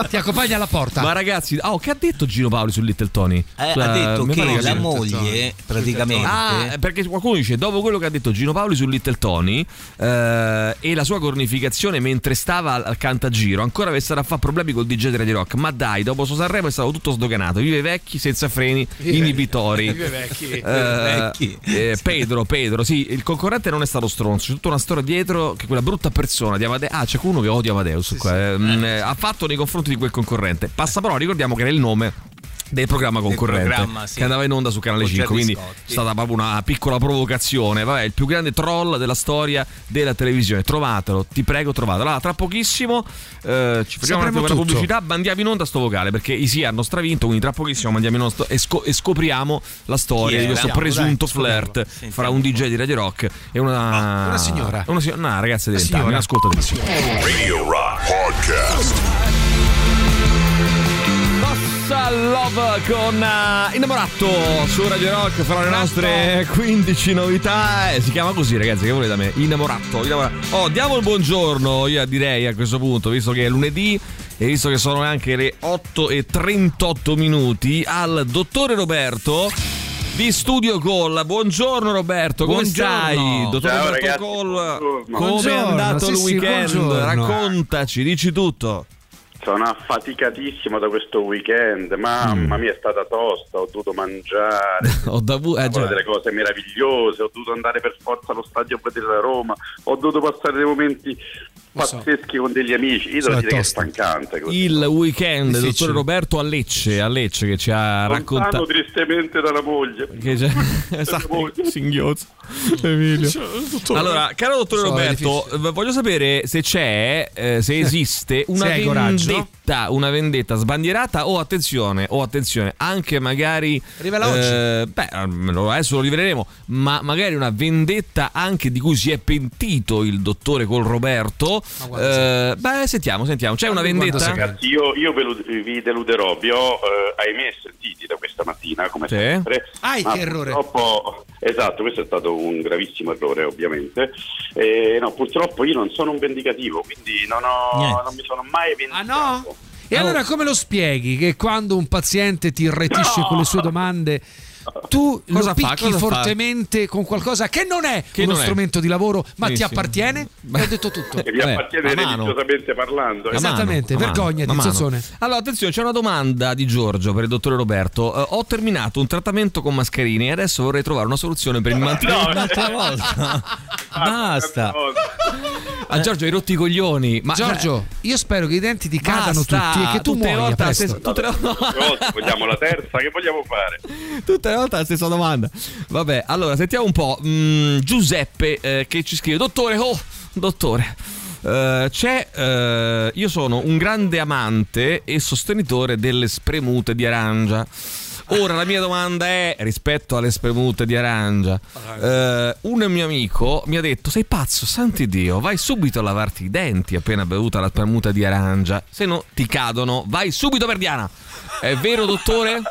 Ti accompagna alla porta.
Ma ragazzi, oh, che ha detto Gino Paoli su Little Tony?
Eh,
Cioè,
ha detto
mi pare
che
di
la
capire.
moglie praticamente
Ah, perché qualcuno dice dopo quello che ha detto Gino Paoli su Little Tony eh, e la sua cornificazione mentre stava al, al cantagiro, ancora avessero a fare problemi col DJ di Radio Rock. Ma dai, dopo sto Sanremo è stato tutto sdoganato. Vive vecchi, senza freni, inibitori.
Vive vecchi.
Eh,
Vive
eh, Pedro, Pedro, sì, il concorrente non è stato stronzo, c'è tutta una storia dietro che quella brutta persona di Amadeus, ah, c'è qualcuno che odia Amadeus qua, eh, mm, eh, ha fatto nei confronti di quel concorrente. Passa però, ricordiamo che era il nome del programma concorrente
programma, sì.
che andava in onda su Canale
Con
5,
Gerry
quindi
Scotti.
è stata proprio una piccola provocazione. Vabbè, il più grande troll della storia della televisione. Trovatelo, ti prego, trovatelo. Allora, tra pochissimo eh, ci
Sapremo
facciamo un attimo una
tutto.
pubblicità, mandiamo in onda sto vocale perché i sì hanno stravinto, quindi tra pochissimo mandiamo in onda sto- e, scop- e scopriamo la storia
Chi
di
era? Esatto.
questo
Scopriamo,
presunto
dai, scopriamo.
flirt fra un DJ di Radio Rock e una,
Ah, una signora.
Una, si- una ragazza di
Una
20 anni,
signora.
un'ascoltatrice.
Radio Rock Podcast.
Bossa Love con eh, Innamorato su Radio Rock fra le nostre 15 novità eh, si chiama così ragazzi che volete da me Innamorato, innamorato. oh diamo il buongiorno io direi a questo punto visto che è lunedì e visto che sono anche le 8 e 38 minuti al dottore Roberto di Studio Call buongiorno Roberto come stai? Dottor Roberto Call come è
Buongiorno,
andato il
sì, sì,
weekend?
buongiorno.
raccontaci dici tutto
Sono affaticatissimo da questo weekend, mamma mia è stata tosta, ho dovuto mangiare,
ho dovuto Mm. eh,
ho fatto
già.
delle cose meravigliose, ho dovuto andare per forza allo stadio a vedere la Roma, ho dovuto passare dei momenti pazzeschi con degli amici, io
Sono
devo dire che è
tosta.
stancante questo.
il weekend del
Difficile.
dottore Roberto a Lecce, a Lecce che ci ha
Lontano
raccontato
tristemente dalla moglie.
che c'è- esatto, singhiozzo Emilio. Allora, caro dottore
So, è
Roberto, v- voglio sapere se c'è, eh, se esiste una
Se hai coraggio.
vendetta, una vendetta sbandierata o attenzione, o attenzione, anche magari
Rivela oggi.
eh, beh, lo- adesso lo riveleremo, ma magari una vendetta anche di cui si è pentito il dottore col Roberto. Eh, beh, sentiamo, sentiamo. C'è una vendetta?
Ragazzi, io, io ve lo- vi deluderò, vi ho eh, ahimè sentiti da questa mattina come
Sì.
sempre.
Ai,
ma
che errore.
purtroppo- esatto, questo è stato un gravissimo errore ovviamente. Eh, no, purtroppo io non sono un vendicativo, quindi non, ho-
Niente.
non mi sono mai vendicato. Ah no?
E allora come lo spieghi che quando un paziente ti irretisce con le sue domande tu
Cosa
lo
fa?
picchi
Cosa fa?
fortemente con qualcosa che non è
Che
uno
non è.
strumento di lavoro ma
Benissimo.
ti appartiene? E ho detto tutto.
Che vi appartiene
a mano.
religiosamente parlando. eh.
Esattamente, vergognati,
ma mano.
zozzone.
Allora, attenzione, c'è una domanda di Giorgio per il dottore Roberto. Eh, ho terminato un trattamento con mascherine e adesso vorrei trovare una soluzione per il mantenimento.
Un'altra
volta.
Basta. A Giorgio hai rotto i coglioni. Ma eh,
Giorgio, io spero che i denti ti cadano
Basta,
tutti e che tu
tutte le
muoia
volte la
presto.
stessa- tutte le volte-
Cosa, vogliamo la terza? Che vogliamo fare?
Tutte le volte la stessa domanda. Vabbè, allora sentiamo un po'. Mm, Giuseppe eh, che ci scrive: Dottore, oh, dottore. eh, c'è, eh, io sono un grande amante e sostenitore delle spremute di arancia. Ora la mia domanda è rispetto alle spremute di arancia. eh, un mio amico mi ha detto: Sei pazzo, santi Dio, vai subito a lavarti i denti appena bevuta la spremuta di arancia. Se no ti cadono, vai subito per Diana. È vero, dottore?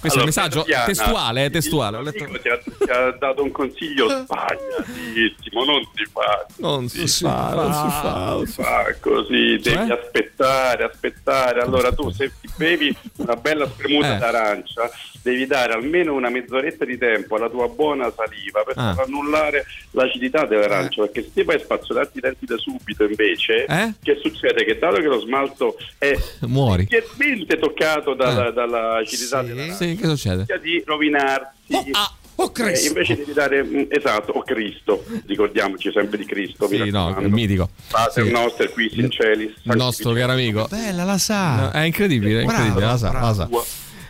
Questo è
Allora,
un messaggio
Diana,
testuale, eh, testuale. Ho
il
letto-
tuo amico Ti ha, ti ha dato un consiglio sbagliatissimo, non si fa.
Non si
Ah.
fa, non si fa. Cioè?
fa così, devi aspettare, aspettare. Allora tu se ti bevi una bella spremuta
Eh.
d'arancia, devi dare almeno una mezz'oretta di tempo alla tua buona saliva per
Ah.
far annullare l'acidità dell'arancia, perché se ti fai spazzolarti i denti da subito invece,
Eh?
che succede? Che dato che lo smalto è
Cioè, Muori.
leggermente toccato dalla, dall'acidità dell'arancia,
Eh. Sì, che succede? Oh, ah,
rischia di rovinarti. Eh, invece devi dare mm, esatto, o Cristo, ricordiamoci sempre di Cristo. mi
Sì, no,
raccomando.
è mitico.
Pater
Sì.
Noster qui in Celis.
Il nostro caro amico.
Bella, la sa.
No, è incredibile, è
Bravo,
incredibile, la sa,
bravo.
la sa.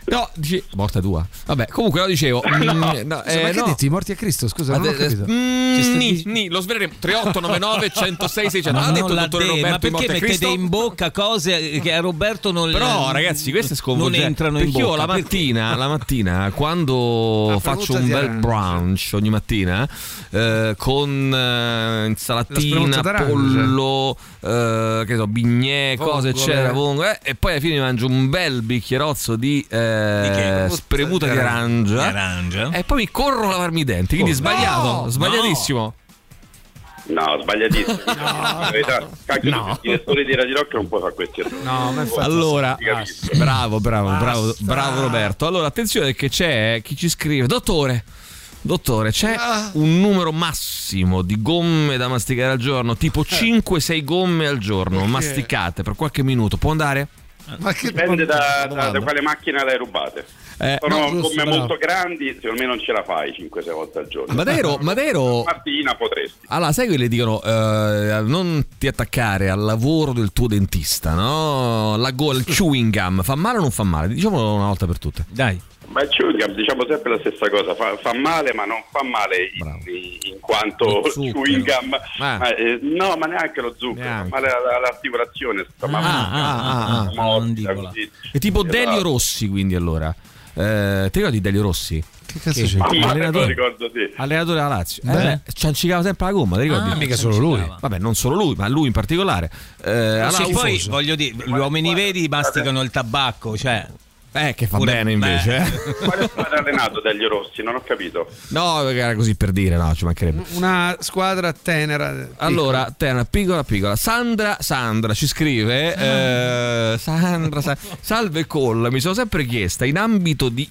No, dici, morta tua. Vabbè, comunque lo dicevo. mm, no,
Scusa, ma
eh,
che
no.
dici? Morti a Cristo, scusa, non
Ma
ho
de-
capito.
mm,
Ci stai
ni,
dic-
ni, lo sveleremo 3899 106 600
Ma
ha
non
detto il
la
dottore
de-
Roberto
ma perché
Immorte
mettete
Cristo
in bocca cose che a Roberto non
però ragazzi queste sconvolgenti
non entrano in
perché
bocca
io la mattina, la mattina quando faccio un
di
bel
arancia.
brunch ogni mattina eh, con eh,
spremuta
insalatina
d'arancia.
pollo eh, che so bignè
Vongole.
cose eccetera vongole, eh, e poi alla fine mi mangio un bel bicchierozzo di, eh, spremuta di arancia, e poi mi corro a lavarmi i denti quindi
Oh.
sbagliato
No!
sbagliatissimo
No, sbagliatissimo. La verità, Cacchio, Il direttore di Radio Rock non può fare questi errori.
No, ma infatti-
Allora, ah,
Ti capisco.
bravo, bravo, bravo, bravo Roberto. Allora, attenzione che c'è eh, chi ci scrive, dottore. Dottore, c'è un numero massimo di gomme da masticare al giorno, tipo 5-6 gomme al giorno,
Perché?
masticate per qualche minuto. Può andare?
Dipende da, da-
domanda.
da quale macchina l'hai rubate.
Eh, no,
Sono
giusto,
gomme
bravo.
molto grandi, secondo me non ce la fai 5-6 volte al giorno.
Ma davvero- ma davvero-
Martina potresti.
Allora, sai che le dicono eh, non ti attaccare al lavoro del tuo dentista, no? La gola, il chewing gum, fa male o non fa male? Diciamolo una volta per tutte. Dai.
Ma il chewing gum, diciamo sempre la stessa cosa, fa, fa male ma non fa male in, in quanto chewing gum. Ma, eh, no, ma neanche lo zucchero, fa male alla- all'articolazione. sta male.
ah, ah,
Morta, così.
È tipo
Esatto.
Delio Rossi, quindi allora. Eh, ti ricordi Delio Rossi? Che
cazzo c'è?
Ah, me lo ricordo, sì.
Allenatore della Lazio.
Beh.
Eh, beh, ciancicava sempre la gomma, ti ricordi?
Ah, mica solo lui.
Vabbè, non solo lui, ma lui in particolare. Eh, allora,
Sì, poi
tifoso.
voglio dire, gli uomini veri masticano il tabacco, cioè.
Eh, che fa bene invece, eh.
Quale squadra ha allenato Delio Rossi? Non ho capito.
No, perché era così per dire, no, ci mancherebbe.
Una squadra tenera. piccola.
Ecco.
Allora, te una piccola piccola. Sandra, Sandra ci scrive. eh, Sandra, Sa- salve Coll, mi sono sempre chiesta, in ambito di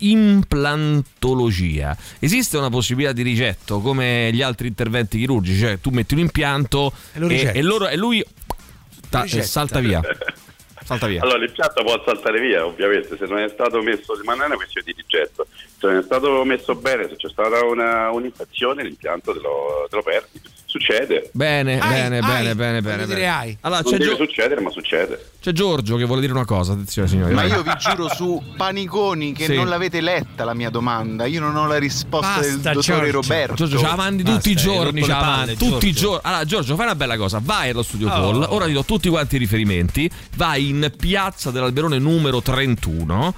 implantologia, esiste una possibilità di rigetto come gli altri interventi chirurgici? Cioè, tu metti un impianto
E lo
e,
rigetti.
e loro- e lui ta-
Rigetta.
salta via. Salta via.
Allora l'impianto può saltare via, ovviamente, se non è stato messo, ma non è una questione di rigetto, se non è stato messo bene, se c'è stata una, un'infezione, l'impianto te lo, te lo perdi. Succede.
Bene, bene,
ai,
bene, bene, bene,
voglio
bene.
dire ai.
Allora,
non
c'è,
deve
Gio-
succedere, ma succede.
c'è Giorgio che vuole dire una cosa, attenzione signori.
Ma
vai.
io vi giuro su Paniconi che
Sì.
non l'avete letta la mia domanda. Io non ho la risposta del dottore Roberto.
Giorgio, ce la mandi
eh,
tutti i giorni. Ce la mandi, tutti i giorni. Allora, Giorgio, fai una bella cosa. Vai allo studio
Oh.
Paul. Ora ti do tutti quanti i riferimenti. Vai in piazza dell'Alberone numero 31.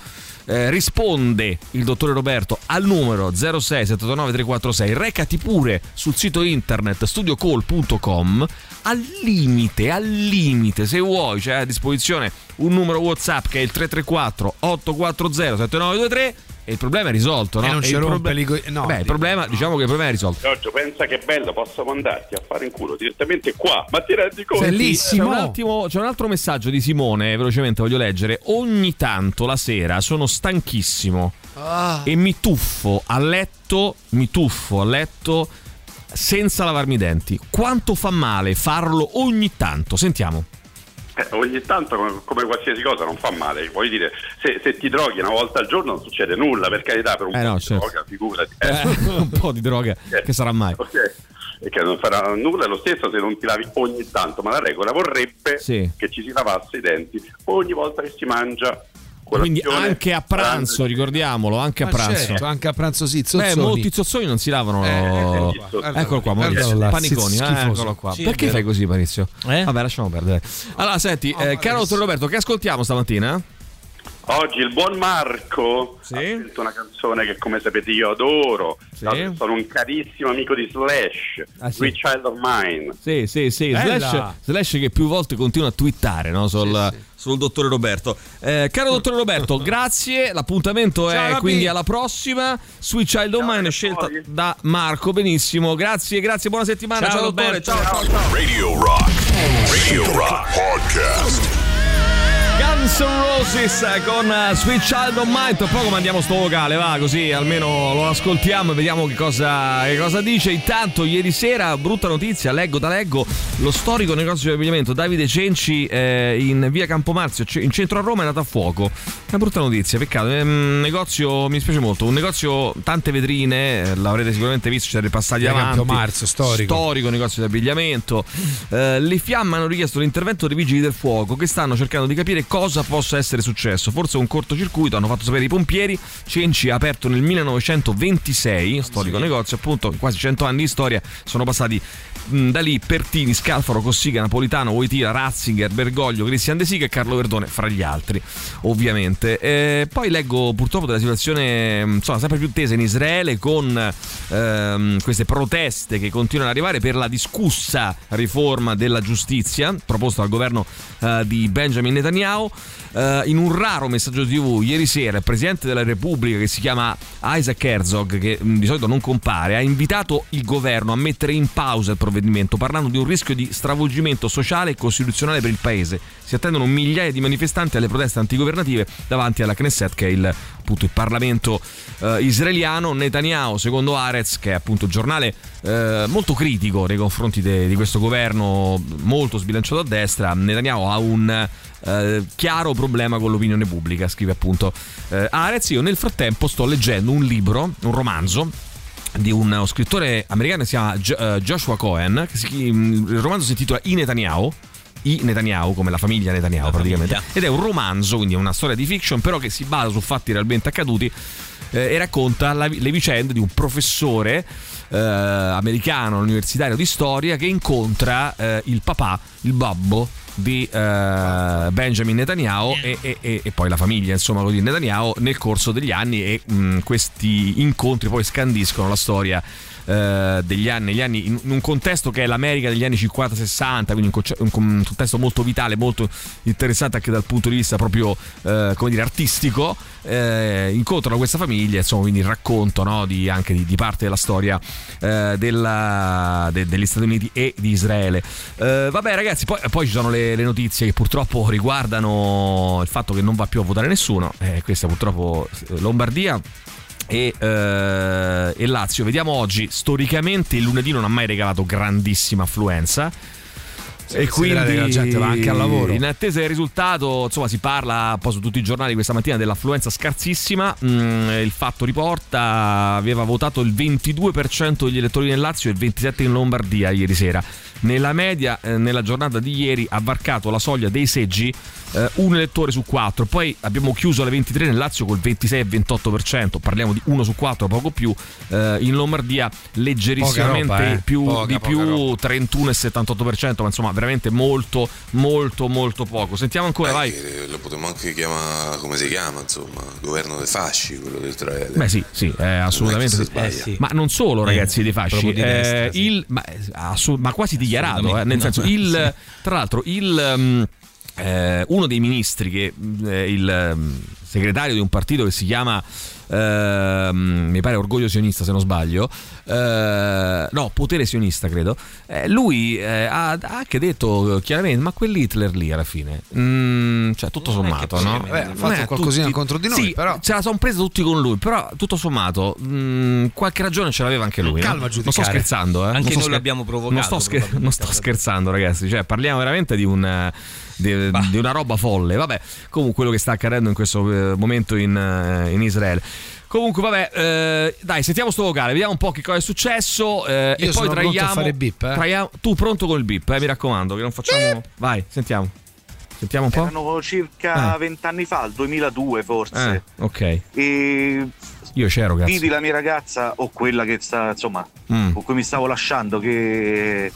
eh, risponde il dottore Roberto al numero 06 789 346 recati pure sul sito internet studiocall.com al limite al limite se vuoi c'è a disposizione un numero whatsapp che è il 334 840 7923 e il problema è risolto no?
E non
E
ci
il
rompe
proble-
li co- no,
Beh, il
dico.
problema diciamo che il problema è risolto
Giorgio, pensa che è bello, posso mandarti a fare in culo direttamente qua, ma ti rendi conto?
C'è un, attimo- c'è un altro messaggio di Simone, velocemente voglio leggere. Ogni tanto la sera sono stanchissimo
Ah.
e mi tuffo a letto, mi tuffo a letto senza lavarmi i denti. Quanto fa male farlo ogni tanto? Sentiamo.
Eh, ogni tanto, come, come qualsiasi cosa, non fa male. Voglio dire, se, se ti droghi una volta al giorno non succede nulla, per carità, per un
Eh,
po'
no,
di
certo.
droga, figurati. Eh.
Un po' di droga che sarà mai.
Ok. E che non farà nulla è lo stesso se non ti lavi ogni tanto, ma la regola vorrebbe
Sì.
che ci si lavasse i denti ogni volta che si mangia.
Quindi
colazione,
anche a pranzo, ricordiamolo, anche a
Ma
pranzo.
certo, anche a pranzo sì,
Beh,
zozzoni.
molti zozzoni non si lavano.
Eh,
eccolo
eccolo
qua,
qua. Guardalo
Maurizio.
là,
Paniconi,
sì,
eh,
schifoso.
eccolo qua.
Sì, è
Perché
vero.
fai così, Maurizio? Vabbè, lasciamo perdere. Allora, senti, eh, caro dottor Roberto, che ascoltiamo stamattina?
Oggi il buon Marco ha scelto una canzone che come sapete io adoro, dato che sono un carissimo amico di Slash,
Ah, sì.
Sweet Child of Mine.
Sì, sì, sì.
Bella.
Slash, Slash che più volte continua a twittare no, sul, sul dottore Roberto. Eh, caro dottore Roberto, grazie. L'appuntamento
Ciao,
è
Robby.
quindi alla prossima. Sweet Child of Mine è scelta da Marco. Benissimo, grazie, grazie. Buona settimana. Ciao,
Ciao,
dottore.
Roberto.
Ciao, ciao, ciao.
Radio Rock. Radio Rock Podcast.
Gun Guns N' Roses con eh, Sweet Child of Mine. Tra poco mandiamo sto vocale, va così almeno lo ascoltiamo e vediamo che cosa, che cosa dice. Intanto, ieri sera, brutta notizia, leggo da leggo, lo storico negozio di abbigliamento Davide Cenci eh, in via Campomarzio, ce- in centro a Roma, è andato a fuoco. Una brutta notizia, peccato. È un negozio, mi spiace molto, un negozio, tante vetrine, eh, l'avrete sicuramente visto, ci siete passati
Via
avanti.
Campomarzio, storico.
Storico negozio di abbigliamento. Eh, le fiamme hanno richiesto l'intervento dei vigili del fuoco che stanno cercando di capire cosa possa essere successo. Forse un cortocircuito, hanno fatto sapere i pompieri. Cenci ha aperto nel 1926, storico negozio, appunto, quasi 100 anni di storia. Sono passati mh, da lì Pertini, Scalfaro, Cossiga, Napolitano, Voitira, Ratzinger, Bergoglio, Cristian De Sica e Carlo Verdone, fra gli altri, ovviamente. Eh, poi leggo purtroppo della situazione mh, insomma, sempre più tesa in Israele con ehm, queste proteste che continuano ad arrivare per la discussa riforma della giustizia proposta dal governo eh, di Benjamin Netanyahu. Eh, in un raro messaggio TV ieri sera il presidente della Repubblica che si chiama Isaac Herzog, che mh, di solito non compare, ha invitato il governo a mettere in pausa il provvedimento parlando di un rischio di stravolgimento sociale e costituzionale per il paese. Si attendono migliaia di manifestanti alle proteste antigovernative davanti alla Knesset che è il, appunto, il Parlamento eh, israeliano. Netanyahu, secondo Arez, che è appunto il giornale eh, molto critico nei confronti de- di questo governo molto sbilanciato a destra, Netanyahu ha un eh, chiaro problema con l'opinione pubblica, scrive appunto eh, Arez. Io nel frattempo sto leggendo un libro, un romanzo di uno scrittore americano che si chiama Jo- eh, Joshua Cohen, che si chi- mm, il romanzo si intitola I Netanyahu. I Netanyahu, come la famiglia Netanyahu praticamente. Ed è un romanzo, quindi è una storia di fiction, però che si basa su fatti realmente accaduti eh, e racconta la vi- le vicende di un professore eh, americano, universitario di storia, che incontra eh, il papà, il babbo di eh, Benjamin Netanyahu e, e- e- e poi la famiglia insomma così Netanyahu nel corso degli anni e mh, questi incontri poi scandiscono la storia eh, degli anni, gli anni in in un contesto che è l'America degli anni 50-60 quindi un, conce- un con- un contesto molto vitale molto interessante anche dal punto di vista proprio eh, come dire artistico eh, incontrano questa famiglia insomma quindi il racconto no, di- anche di, di parte della storia eh, della- de- degli Stati Uniti e di Israele Eh, vabbè ragazzi poi, poi ci sono le, le notizie che purtroppo riguardano il fatto che non va più a votare nessuno Eh, questa purtroppo eh, Lombardia e, eh, e Lazio vediamo oggi storicamente il lunedì non ha mai regalato grandissima affluenza e
considerare
quindi
che la gente va anche al lavoro.
In attesa del risultato, insomma, si parla un po' su tutti i giornali questa mattina dell'affluenza scarsissima. Mm, il fatto riporta aveva votato il 22% degli elettori nel Lazio e il 27% in Lombardia ieri sera. Nella media, eh, nella giornata di ieri, ha varcato la soglia dei seggi eh, un elettore su quattro. Poi abbiamo chiuso alle 23 nel Lazio col 26 e 28%, parliamo di 1 su 4, poco più. Eh, in Lombardia leggerissimamente
Poca roba, eh.
più,
Poca,
di
poca
più
roba.
31,78%, ma insomma veramente molto, molto, molto poco. Sentiamo ancora, vai.
Eh, Lo potremmo anche chiamare, come si chiama, insomma, governo dei fasci, quello dell'Israele.
Beh sì, sì, eh, assolutamente.
Non è che si sbaglia. Eh, sì.
Ma non solo ragazzi dei fasci,
proprio di destra,
eh, il- ma, assu- ma quasi dichiarato, eh, nel
Assolutamente.
senso, il, tra l'altro il, mm, eh, uno dei ministri, che, mm, eh, il mm, segretario di un partito che si chiama... ehm, mi pare orgoglio sionista se non sbaglio eh, no potere sionista credo Eh, lui eh, ha, ha anche detto chiaramente ma quell'Hitler lì alla fine mm, cioè tutto sommato no?
Beh, ha
Non è
fatto
a
qualcosina
tutti-
contro di noi,
Sì,
però.
ce la sono presa tutti con lui, però tutto sommato mh, qualche ragione ce l'aveva anche lui. no?
Calma a
Non sto
giudicare.
scherzando, eh.
Anche
Non sto
noi l'abbiamo provocato,
Non sto, scher-
probabilmente.
non sto scherzando, ragazzi. Cioè, parliamo veramente di un. Di, di una roba folle, vabbè. Comunque, quello che sta accadendo in questo eh, momento in, eh, in Israele. Comunque, vabbè, eh, dai, sentiamo sto vocale, vediamo un po' che cosa è successo.
Io
eh, e poi
sono pronto a
traiamo,
fare bip, eh.
traiamo- Tu pronto col bip, eh, mi raccomando, che non facciamo. Vai, sentiamo. Sentiamo un po'.
Erano circa
Eh.
vent'anni fa, il 2002
Eh,
forse.
ok.
E
Io c'ero, grazie.
vidi la mia ragazza o quella che sta, insomma,
Mm.
con cui mi stavo lasciando che eh,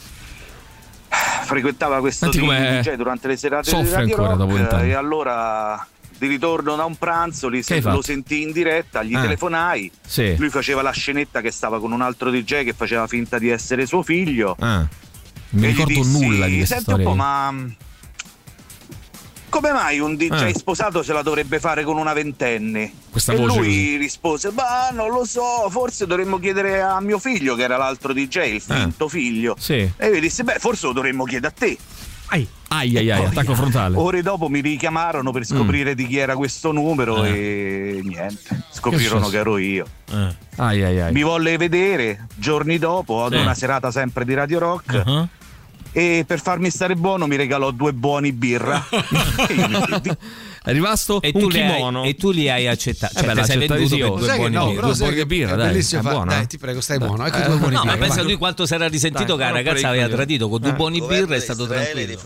frequentava questo
Senti com'è-
DJ durante le serate
soffre
di Radio
ancora
Rock,
dopo vent'anni.
e allora di ritorno da un pranzo lì,
Che hai
lo
fatto?
sentii in diretta, gli
Ah.
telefonai,
Sì.
lui faceva la scenetta che stava con un altro DJ che faceva finta di essere suo figlio
Ah, non mi
e gli
ricordo
dissi,
nulla di questa
"Senti
storia.
un po', ma mm, come mai un DJ
Eh.
sposato se la dovrebbe fare con una ventenne?
Questa
e
voce
lui
così.
rispose: Ma non lo so, forse dovremmo chiedere a
Ah.
mio figlio, che era l'altro DJ, il finto figlio.
Sì.
E io gli dissi: Beh, forse lo dovremmo chiedere a te.
Ai.
Ai ai ai, attacco frontale.
Ore dopo mi richiamarono per
Mm.
scoprire di chi era questo numero e niente, scoprirono
Eh. Che
che ero io.
Ai ai ai.
Mi volle vedere giorni dopo ad
Sì.
una serata sempre di Radio Rock. E per farmi stare buono mi regalò due buoni birra.
È rimasto
e
un
tu li hai-
kimono.
e tu li hai accettati.
Eh
Cioè,
beh,
te sei
l'accettavi
venduto
io.
per due
Sai che
buoni
no,
birra.
però sai che è bellissimo fa-
eh.
dai,
ti prego, stai
buono, ecco
due buoni
No, ma
birra,
pensa
vai.
lui quanto sarà risentito
Dai,
che la
non
ragazza
rompere i
aveva
coglioni.
tradito con due
Eh.
buoni
Governo
birra è stato tranquillo.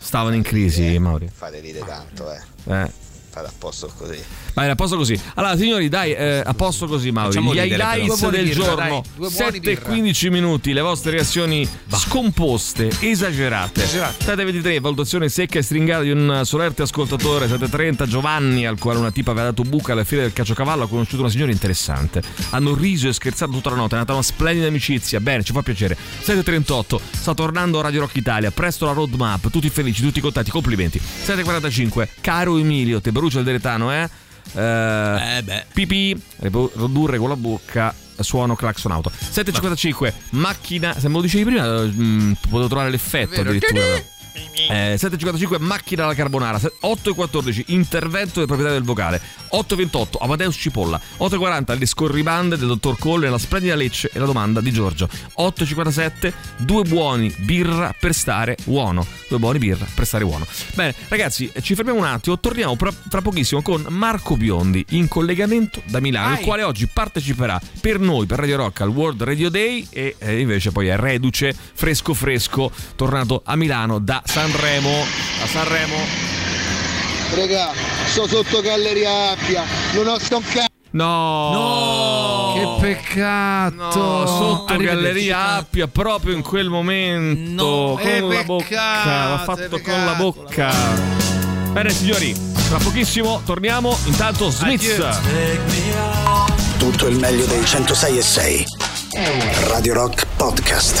Stavano in
Eh.
crisi, Mauri.
Fate ride tanto, eh.
Eh.
Fate a posto così.
Vai, a posto così. Allora, signori, dai, eh, a posto così, Mauri.
Facciamo
Gli
ridere, però.
highlights
Due buoni
del
birra,
giorno.
dai,
due buoni
7 e 15 minuti, le vostre reazioni scomposte, esagerate.
Esagerate.
723, valutazione secca e stringata di un solerte ascoltatore. 730, Giovanni, al quale una tipa aveva dato buca alla fiera del caciocavallo, ha conosciuto una signora interessante. Hanno riso e scherzato tutta la notte, è nata una splendida amicizia. Bene, ci fa piacere. 738, sta tornando a Radio Rock Italia. Presto la roadmap, tutti felici, tutti contenti, complimenti. 745, caro Emilio, te brucia il deretano, eh? Eh, pipì, ripo- ridurre con la bocca suono clacson auto 755 macchina se me lo dicevi prima mm, potevo trovare l'effetto
È vero.
addirittura Eh, 755 macchina alla carbonara 814 intervento del proprietario del vocale 828 Amadeus Cipolla 840 le scorribande del dottor Colle la splendida Lecce e la domanda di Giorgio 857 due buoni birra per stare buono due buoni birra per stare buono bene ragazzi eh, ci fermiamo un attimo torniamo fra, fra pochissimo con Marco Biondi in collegamento da Milano il
Vai.
quale quale oggi parteciperà per noi, per Radio Rock, al World Radio Day e eh, invece poi è reduce, fresco fresco, tornato a Milano da Sanremo. Da Sanremo.
Regà, sto sotto Galleria Appia, non ho sto un cazzo.
No!
Che peccato!
No, sotto
Arrivederci.
Galleria Appia proprio in quel momento con
Eh,
la
peccato,
bocca, l'ha fatto con la bocca. Bene signori, tra pochissimo torniamo, intanto Smith.
Tutto il meglio dei 106 e 6. Radio Rock Podcast.